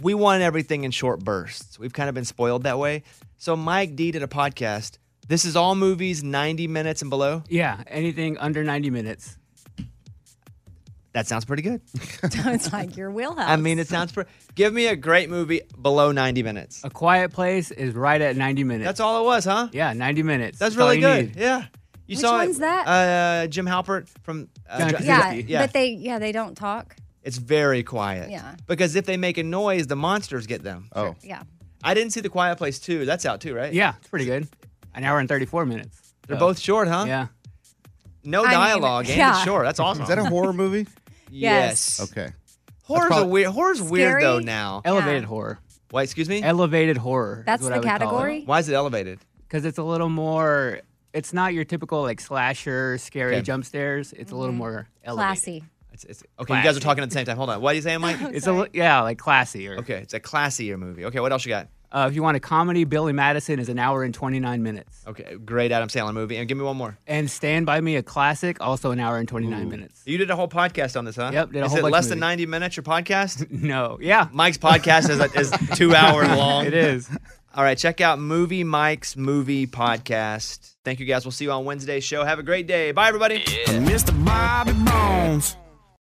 Speaker 1: we want everything in short bursts. We've kind of been spoiled that way. So Mike D did a podcast. This is all movies 90 minutes and below.
Speaker 15: Yeah, anything under 90 minutes.
Speaker 1: That sounds pretty good.
Speaker 2: it's like your wheelhouse.
Speaker 1: I mean, it sounds pretty. Give me a great movie below 90 minutes.
Speaker 15: A Quiet Place is right at 90 minutes.
Speaker 1: That's all it was, huh?
Speaker 15: Yeah, 90 minutes.
Speaker 1: That's
Speaker 15: all
Speaker 1: really
Speaker 15: you
Speaker 1: good.
Speaker 15: need.
Speaker 1: Yeah. You
Speaker 2: Which
Speaker 1: saw it-
Speaker 2: one's that?
Speaker 1: Uh, Jim Halpert from uh,
Speaker 15: John
Speaker 1: Dra-
Speaker 2: yeah,
Speaker 1: yeah.
Speaker 2: but they yeah they don't talk.
Speaker 1: it's very quiet.
Speaker 2: Yeah.
Speaker 1: Because if they make a noise, the monsters get them.
Speaker 4: Oh.
Speaker 2: Yeah.
Speaker 1: I didn't see The Quiet Place 2. That's out too, right?
Speaker 15: Yeah, it's pretty good. An hour and 34 minutes.
Speaker 1: They're both short, huh?
Speaker 15: Yeah.
Speaker 1: No
Speaker 15: I mean,
Speaker 1: dialogue and
Speaker 15: yeah.
Speaker 1: it's short. That's awesome.
Speaker 15: Is that a horror movie?
Speaker 1: Yes.
Speaker 4: Okay.
Speaker 1: Horror's
Speaker 15: That's
Speaker 1: a
Speaker 15: prob-
Speaker 1: weird. Horror's weird though now.
Speaker 15: Elevated horror.
Speaker 1: Wait, excuse me?
Speaker 15: Elevated horror. is
Speaker 2: That's
Speaker 15: what
Speaker 2: the
Speaker 15: I would call it.
Speaker 2: category?
Speaker 1: Why is it elevated?
Speaker 15: because it's a little more. It's not your typical like slasher, scary
Speaker 1: Okay.
Speaker 15: jump scares. It's a little more elevated.
Speaker 2: Classy.
Speaker 1: It's, it's, Okay, you guys are talking at the same time. Hold on. What are you saying, Mike?
Speaker 15: It's a li- yeah, like classier.
Speaker 1: Okay, it's a classier movie. Okay, what else you got?
Speaker 15: Uh, if you want a comedy, Billy Madison is an hour and twenty nine minutes.
Speaker 1: Okay, great Adam Sandler movie. And give me one more.
Speaker 15: And Stand by Me, a classic, also an hour and twenty nine minutes.
Speaker 1: You did a whole podcast on this, huh?
Speaker 15: Yep, did a
Speaker 1: is
Speaker 15: whole
Speaker 1: it
Speaker 15: bunch
Speaker 1: less
Speaker 15: of
Speaker 1: than 90 minutes, your podcast?
Speaker 15: no. Yeah.
Speaker 1: Mike's podcast is, is two hours long.
Speaker 15: It is.
Speaker 1: All right, check out Movie Mike's Movie Podcast. Thank you guys. We'll see you on Wednesday's show. Have a great day. Bye, everybody.
Speaker 7: Mr. Bobby Bones.